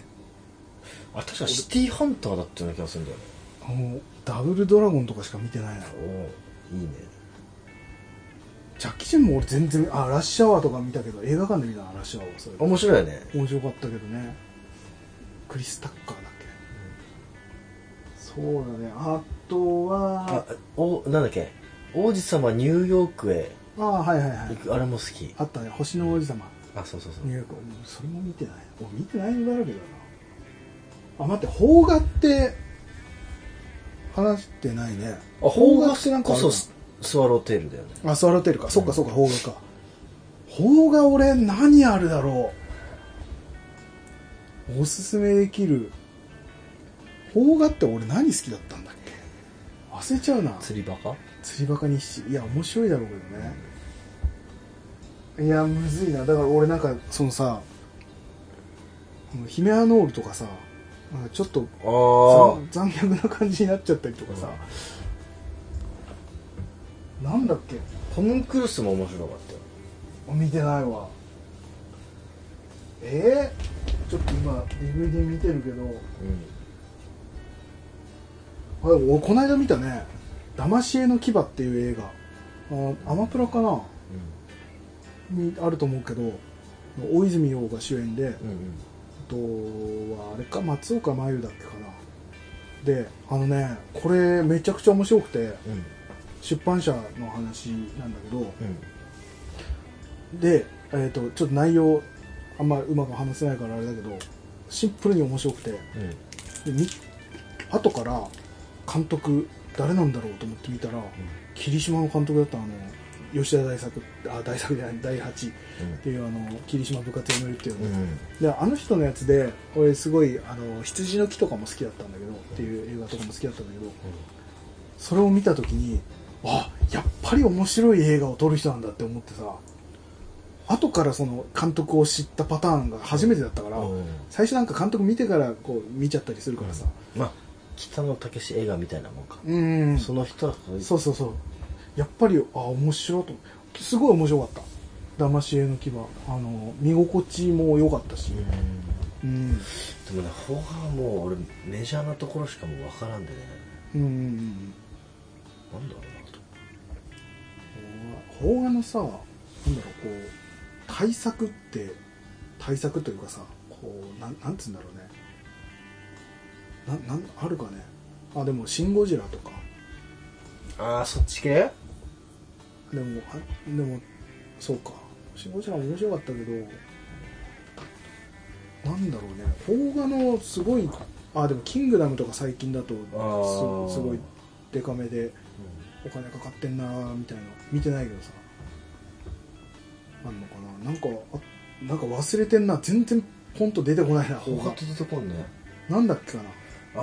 [SPEAKER 2] あ確かシティーハンターだったような気がするんだよね
[SPEAKER 1] あのダブルドラゴンとかしか見てないな
[SPEAKER 2] おいいね
[SPEAKER 1] ジャッキー・チェンも俺全然あラッシュアワーとか見たけど映画館で見たなラッシュアワーはそれ
[SPEAKER 2] 面白いよね
[SPEAKER 1] 面白かったけどねクリス・タッカーだっけ、そうだねあと
[SPEAKER 2] あ
[SPEAKER 1] は
[SPEAKER 2] おなんだっけ王子様ニューヨークへ
[SPEAKER 1] ああはいはいは
[SPEAKER 2] 行
[SPEAKER 1] い
[SPEAKER 2] くあれも好き
[SPEAKER 1] あったね星の王子様
[SPEAKER 2] あそうそうそう
[SPEAKER 1] ニューヨークうんそれも見てない俺見てないだらけだなあ待って邦画って話してないね
[SPEAKER 2] あ邦画
[SPEAKER 1] ってなんか
[SPEAKER 2] こ
[SPEAKER 1] あるか
[SPEAKER 2] そ
[SPEAKER 1] な
[SPEAKER 2] ススワローテールだよね
[SPEAKER 1] あ、スワロテールか。そっかそっか、邦画か。邦画俺何あるだろう。おすすめできる。邦画って俺何好きだったんだっけ忘れちゃうな。
[SPEAKER 2] 釣りバカ
[SPEAKER 1] 釣りバカ日誌。いや、面白いだろうけどね。いや、むずいな。だから俺なんか、そのさ、このヒメアノールとかさ、なんかちょっと
[SPEAKER 2] ああ
[SPEAKER 1] 残残虐な感じになっちゃったりとかさ、なんだっけ
[SPEAKER 2] ホムンクルスも面白かったよ
[SPEAKER 1] 見てないわえー、ちょっと今 DVD 見てるけど
[SPEAKER 2] う
[SPEAKER 1] あれおこの間見たね「騙し絵の牙」っていう映画あアマプラかなにあると思うけど大泉洋が主演で、
[SPEAKER 2] んうんうん
[SPEAKER 1] あとはあれか松岡真優だっけかなであのねこれめちゃくちゃ面白くて
[SPEAKER 2] うん
[SPEAKER 1] 出版社の話なんだけど
[SPEAKER 2] うん
[SPEAKER 1] で、えー、とちょっと内容あんまうまく話せないからあれだけどシンプルに面白くてで
[SPEAKER 2] うん
[SPEAKER 1] み後から監督誰なんだろうと思って見たら、霧島の監督だったあの吉田大作あ大作じゃない第八っていうあの霧島部活やめるっていう
[SPEAKER 2] う
[SPEAKER 1] の、
[SPEAKER 2] ん
[SPEAKER 1] であの人のやつで俺すごいあの羊の木とかも好きだったんだけどっていう映画とかも好きだったんだけど、それを見た時にあやっぱり面白い映画を撮る人なんだって思ってさ後からその監督を知ったパターンが初めてだったから、
[SPEAKER 2] うん
[SPEAKER 1] 最初なんか監督見てからこう見ちゃったりするからさ
[SPEAKER 2] まあ北野武映画みたいなもんか
[SPEAKER 1] うん、
[SPEAKER 2] その人はこういう
[SPEAKER 1] そうそうそうやっぱりあ面白いと思うすごい面白かった騙し絵の牙あの見心地も良かったし、うん
[SPEAKER 2] でもね邦画はもう俺メジャーなところしかもう分からんでね
[SPEAKER 1] うんうんうん
[SPEAKER 2] なんだろうなと
[SPEAKER 1] 邦画のさなんだろうこう対策って対策というかさこうなんなんつうんだろうねななんあるかねあでも「シン・ゴジラ」とか
[SPEAKER 2] ああそっち系
[SPEAKER 1] でもあでもそうか「シン・ゴジラ」面白かったけどなんだろうね邦画のすごいあでも「キングダム」とか最近だと
[SPEAKER 2] あー
[SPEAKER 1] すすごいデカめでお金かかってんなーみたいな見てないけどさあんのかななんかあなんか忘れてんな全然ポンと出てこないな
[SPEAKER 2] 邦画って出てこんね
[SPEAKER 1] なんだっけかな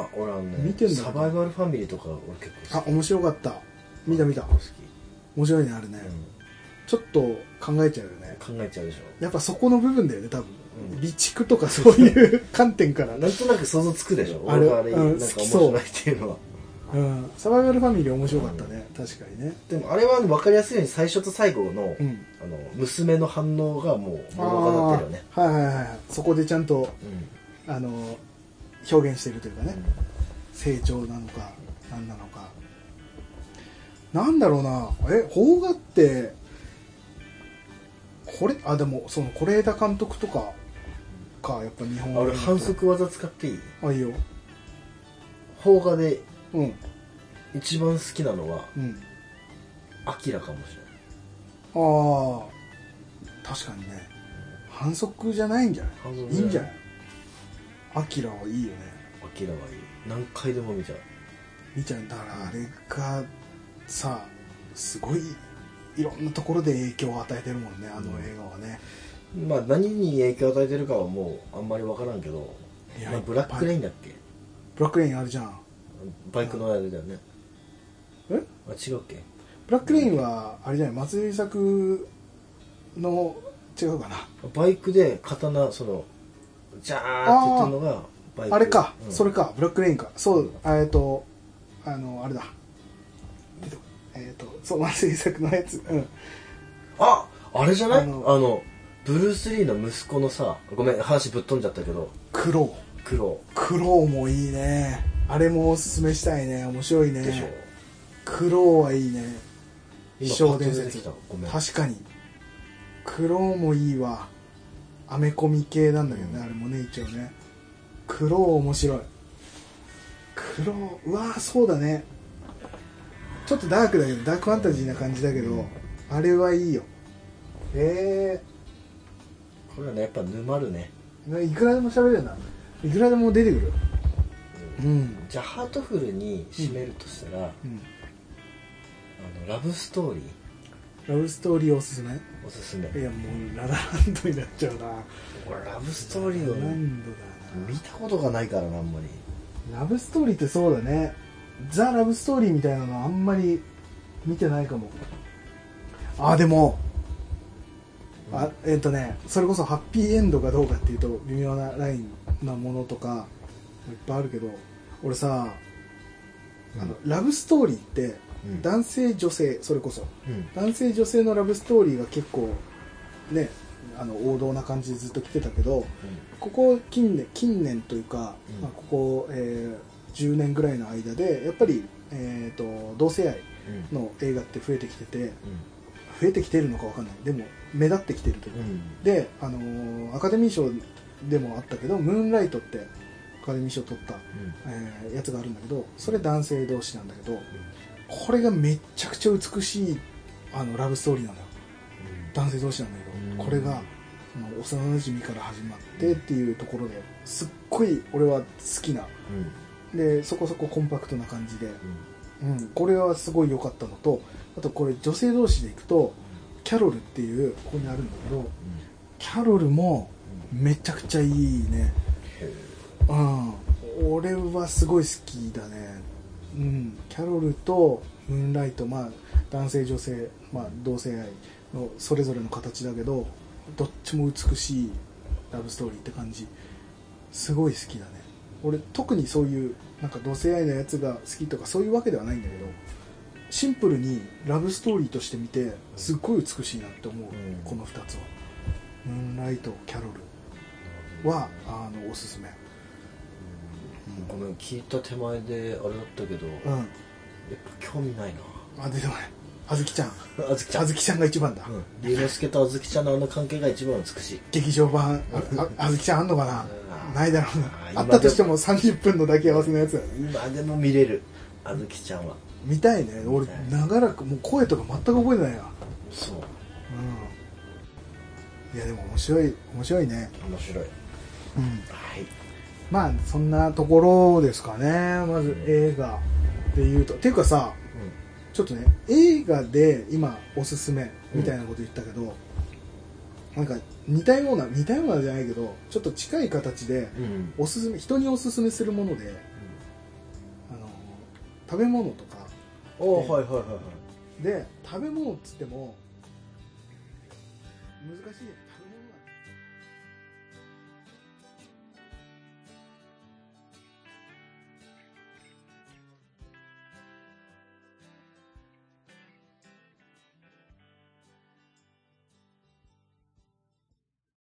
[SPEAKER 2] あ俺あのね
[SPEAKER 1] 見てんだ
[SPEAKER 2] サバイバルファミリーとか俺結構
[SPEAKER 1] あ
[SPEAKER 2] 好き
[SPEAKER 1] 面白かった見た見た
[SPEAKER 2] 結構
[SPEAKER 1] 面白いねあれね、
[SPEAKER 2] 好
[SPEAKER 1] ちょっと考えちゃうよね
[SPEAKER 2] き、うん、考えちゃうでしょ
[SPEAKER 1] やっぱそこの部分だよね多分、
[SPEAKER 2] うん
[SPEAKER 1] 備蓄とかそういう 観点から
[SPEAKER 2] なんとなく想像つくでしょ
[SPEAKER 1] あれ
[SPEAKER 2] 俺があれ
[SPEAKER 1] うん
[SPEAKER 2] なんか面
[SPEAKER 1] そう
[SPEAKER 2] 白いっていうのは
[SPEAKER 1] うんサバイバルファミリー面白かったね、確かにね
[SPEAKER 2] でもあれは分かりやすいように最初と最後の,、
[SPEAKER 1] うん
[SPEAKER 2] あの娘の反応がもう物語ってるよね
[SPEAKER 1] あーはいはいはいはいそこでちゃんと
[SPEAKER 2] うん
[SPEAKER 1] あの表現してるというかね、成長なのか何なのかなんだろうなえ邦画ってこれあでもその是枝監督とかかやっぱ日本
[SPEAKER 2] あ俺反則技使っていい
[SPEAKER 1] あいいよ
[SPEAKER 2] 邦画で
[SPEAKER 1] うん
[SPEAKER 2] 一番好きなのは
[SPEAKER 1] うん
[SPEAKER 2] アキラかもしれない
[SPEAKER 1] ああ確かにね反則じゃないんじゃない
[SPEAKER 2] 反則
[SPEAKER 1] い
[SPEAKER 2] じゃな
[SPEAKER 1] い
[SPEAKER 2] い
[SPEAKER 1] んじゃないアキラはいいよね
[SPEAKER 2] アキラはいい何回でも見ちゃう
[SPEAKER 1] みちゃんだからあれがさすごいいろんなところで影響を与えてるもんねあの映画はね、
[SPEAKER 2] まあ何に影響を与えてるかはもうあんまり分からんけど、
[SPEAKER 1] いや
[SPEAKER 2] まあ、ブラックレインだっけ
[SPEAKER 1] ブラックレインあるじゃん
[SPEAKER 2] バイクのあれだよね
[SPEAKER 1] えブ
[SPEAKER 2] あ違うっけ
[SPEAKER 1] ラックレインはあれじゃない松井作の違うかな
[SPEAKER 2] バイクで刀そのジャーって言ってるのがバイク
[SPEAKER 1] あれか、
[SPEAKER 2] うん
[SPEAKER 1] それかブラックレインかそうえっとあのあれだ出てこえっ、とそう松井作のやつうん
[SPEAKER 2] ああれじゃな
[SPEAKER 1] あ
[SPEAKER 2] いあ
[SPEAKER 1] の
[SPEAKER 2] のブルース・リーの息子のさごめん話ぶっ飛んじゃったけど
[SPEAKER 1] クロウ
[SPEAKER 2] 苦労
[SPEAKER 1] クロウもいいねあれもおすすめしたいね面白いね
[SPEAKER 2] でしょ、
[SPEAKER 1] クロウはいいね
[SPEAKER 2] 今
[SPEAKER 1] 飛翔伝
[SPEAKER 2] パッと出て
[SPEAKER 1] 説
[SPEAKER 2] きたごめん
[SPEAKER 1] 確かにクロウもいいわアメコミ系なんだけどね、
[SPEAKER 2] うん
[SPEAKER 1] あれもね一応ねクロウ面白いクロウうわーそうだねちょっとダークだけどダークファンタジーな感じだけど、あれはいいよへ
[SPEAKER 2] これはねやっぱ沼るね
[SPEAKER 1] えいくらでも喋れるないくらでも出てくるようん
[SPEAKER 2] じゃあハートフルに締めるとしたら、あ
[SPEAKER 1] うん
[SPEAKER 2] のラブストーリー
[SPEAKER 1] ラブストーリーおすすめ
[SPEAKER 2] おすすめ
[SPEAKER 1] いやもうララランドになっちゃうな
[SPEAKER 2] これラブストーリ
[SPEAKER 1] ラ
[SPEAKER 2] ーを
[SPEAKER 1] ラ
[SPEAKER 2] ね
[SPEAKER 1] ンドだ
[SPEAKER 2] 見たことがないからなあんまり
[SPEAKER 1] なラブストーリーってそうだねザ・ラブストーリーみたいなのあんまり見てないかもあでもあえっ、とねそれこそハッピーエンドかどうかっていうと微妙なラインなものとかいっぱいあるけど俺さあのラブストーリーって
[SPEAKER 2] うん
[SPEAKER 1] 男性女性それこそ
[SPEAKER 2] うん
[SPEAKER 1] 男性女性のラブストーリーが結構ねあの王道な感じでずっと来てたけどここ近年近年というか、
[SPEAKER 2] うん
[SPEAKER 1] まあ、ここ、えー10年ぐらいの間でやっぱり、えー、と同性愛
[SPEAKER 2] うん
[SPEAKER 1] の映画って増えてきてて増えてきてるのかわかんないでも目立ってきてるというか、
[SPEAKER 2] うん
[SPEAKER 1] で、あのーアカデミー賞でもあったけど「ムーンライト」ってアカデミー賞取った、えーやつがあるんだけどそれ男性同士なんだけどこれがめっちゃくちゃ美しいあのラブストーリーなんだよ男性同士なんだけ
[SPEAKER 2] うん
[SPEAKER 1] どこれがあの幼なじみから始まってっていうところですっごい俺は好きなでそこそこコンパクトな感じで、うん、これはすごい良かったのとあとこれ女性同士でいくとキャロルっていうここにあるんだけどキャロルもめちゃくちゃいいねうん俺はすごい好きだねうんキャロルとムーンライトまあ男性女性、まあ、同性愛のそれぞれの形だけどどっちも美しいラブストーリーって感じすごい好きだね俺特にそういうなんか同性愛のやつが好きとかそういうわけではないんだけどシンプルにラブストーリーとして見てすっごい美しいなって思う、
[SPEAKER 3] うん
[SPEAKER 1] この2つはムーンライトキャロルはあのおすすめ
[SPEAKER 2] ごめん聞いた手前であれだったけどやっ
[SPEAKER 1] う
[SPEAKER 2] ぱ
[SPEAKER 1] ん
[SPEAKER 2] 興味ないな
[SPEAKER 1] あ出てこないあずきちゃん
[SPEAKER 2] あずきちゃ
[SPEAKER 1] あ
[SPEAKER 2] ん
[SPEAKER 1] ずきちゃんが一番だ、
[SPEAKER 2] 龍之介とあずきちゃんのあの関係が一番美しい
[SPEAKER 1] 劇場版あああずきちゃんあんのかな
[SPEAKER 2] うん
[SPEAKER 1] ないだろう
[SPEAKER 2] うん
[SPEAKER 1] なあったとしても30分の抱き合わせのやつだね
[SPEAKER 2] 今でも見れるあずきちゃんは
[SPEAKER 1] 見たいね俺
[SPEAKER 2] 見たい
[SPEAKER 1] 長らくもう声とか全く覚えてないや
[SPEAKER 2] そう
[SPEAKER 1] うんいやでも面白い面白いね
[SPEAKER 2] 面白
[SPEAKER 1] うん
[SPEAKER 2] いはい
[SPEAKER 1] まあそんなところですかねまず映画で言うとていうかさちょっとね映画で今おすすめみたいなこと言ったけど、なんか似たような似たようなじゃないけどちょっと近い形で
[SPEAKER 2] うんうん
[SPEAKER 1] おすすめ人におすすめするものであの食べ物とか
[SPEAKER 2] おおはいはいはいはい
[SPEAKER 1] で食べ物っつっても難しい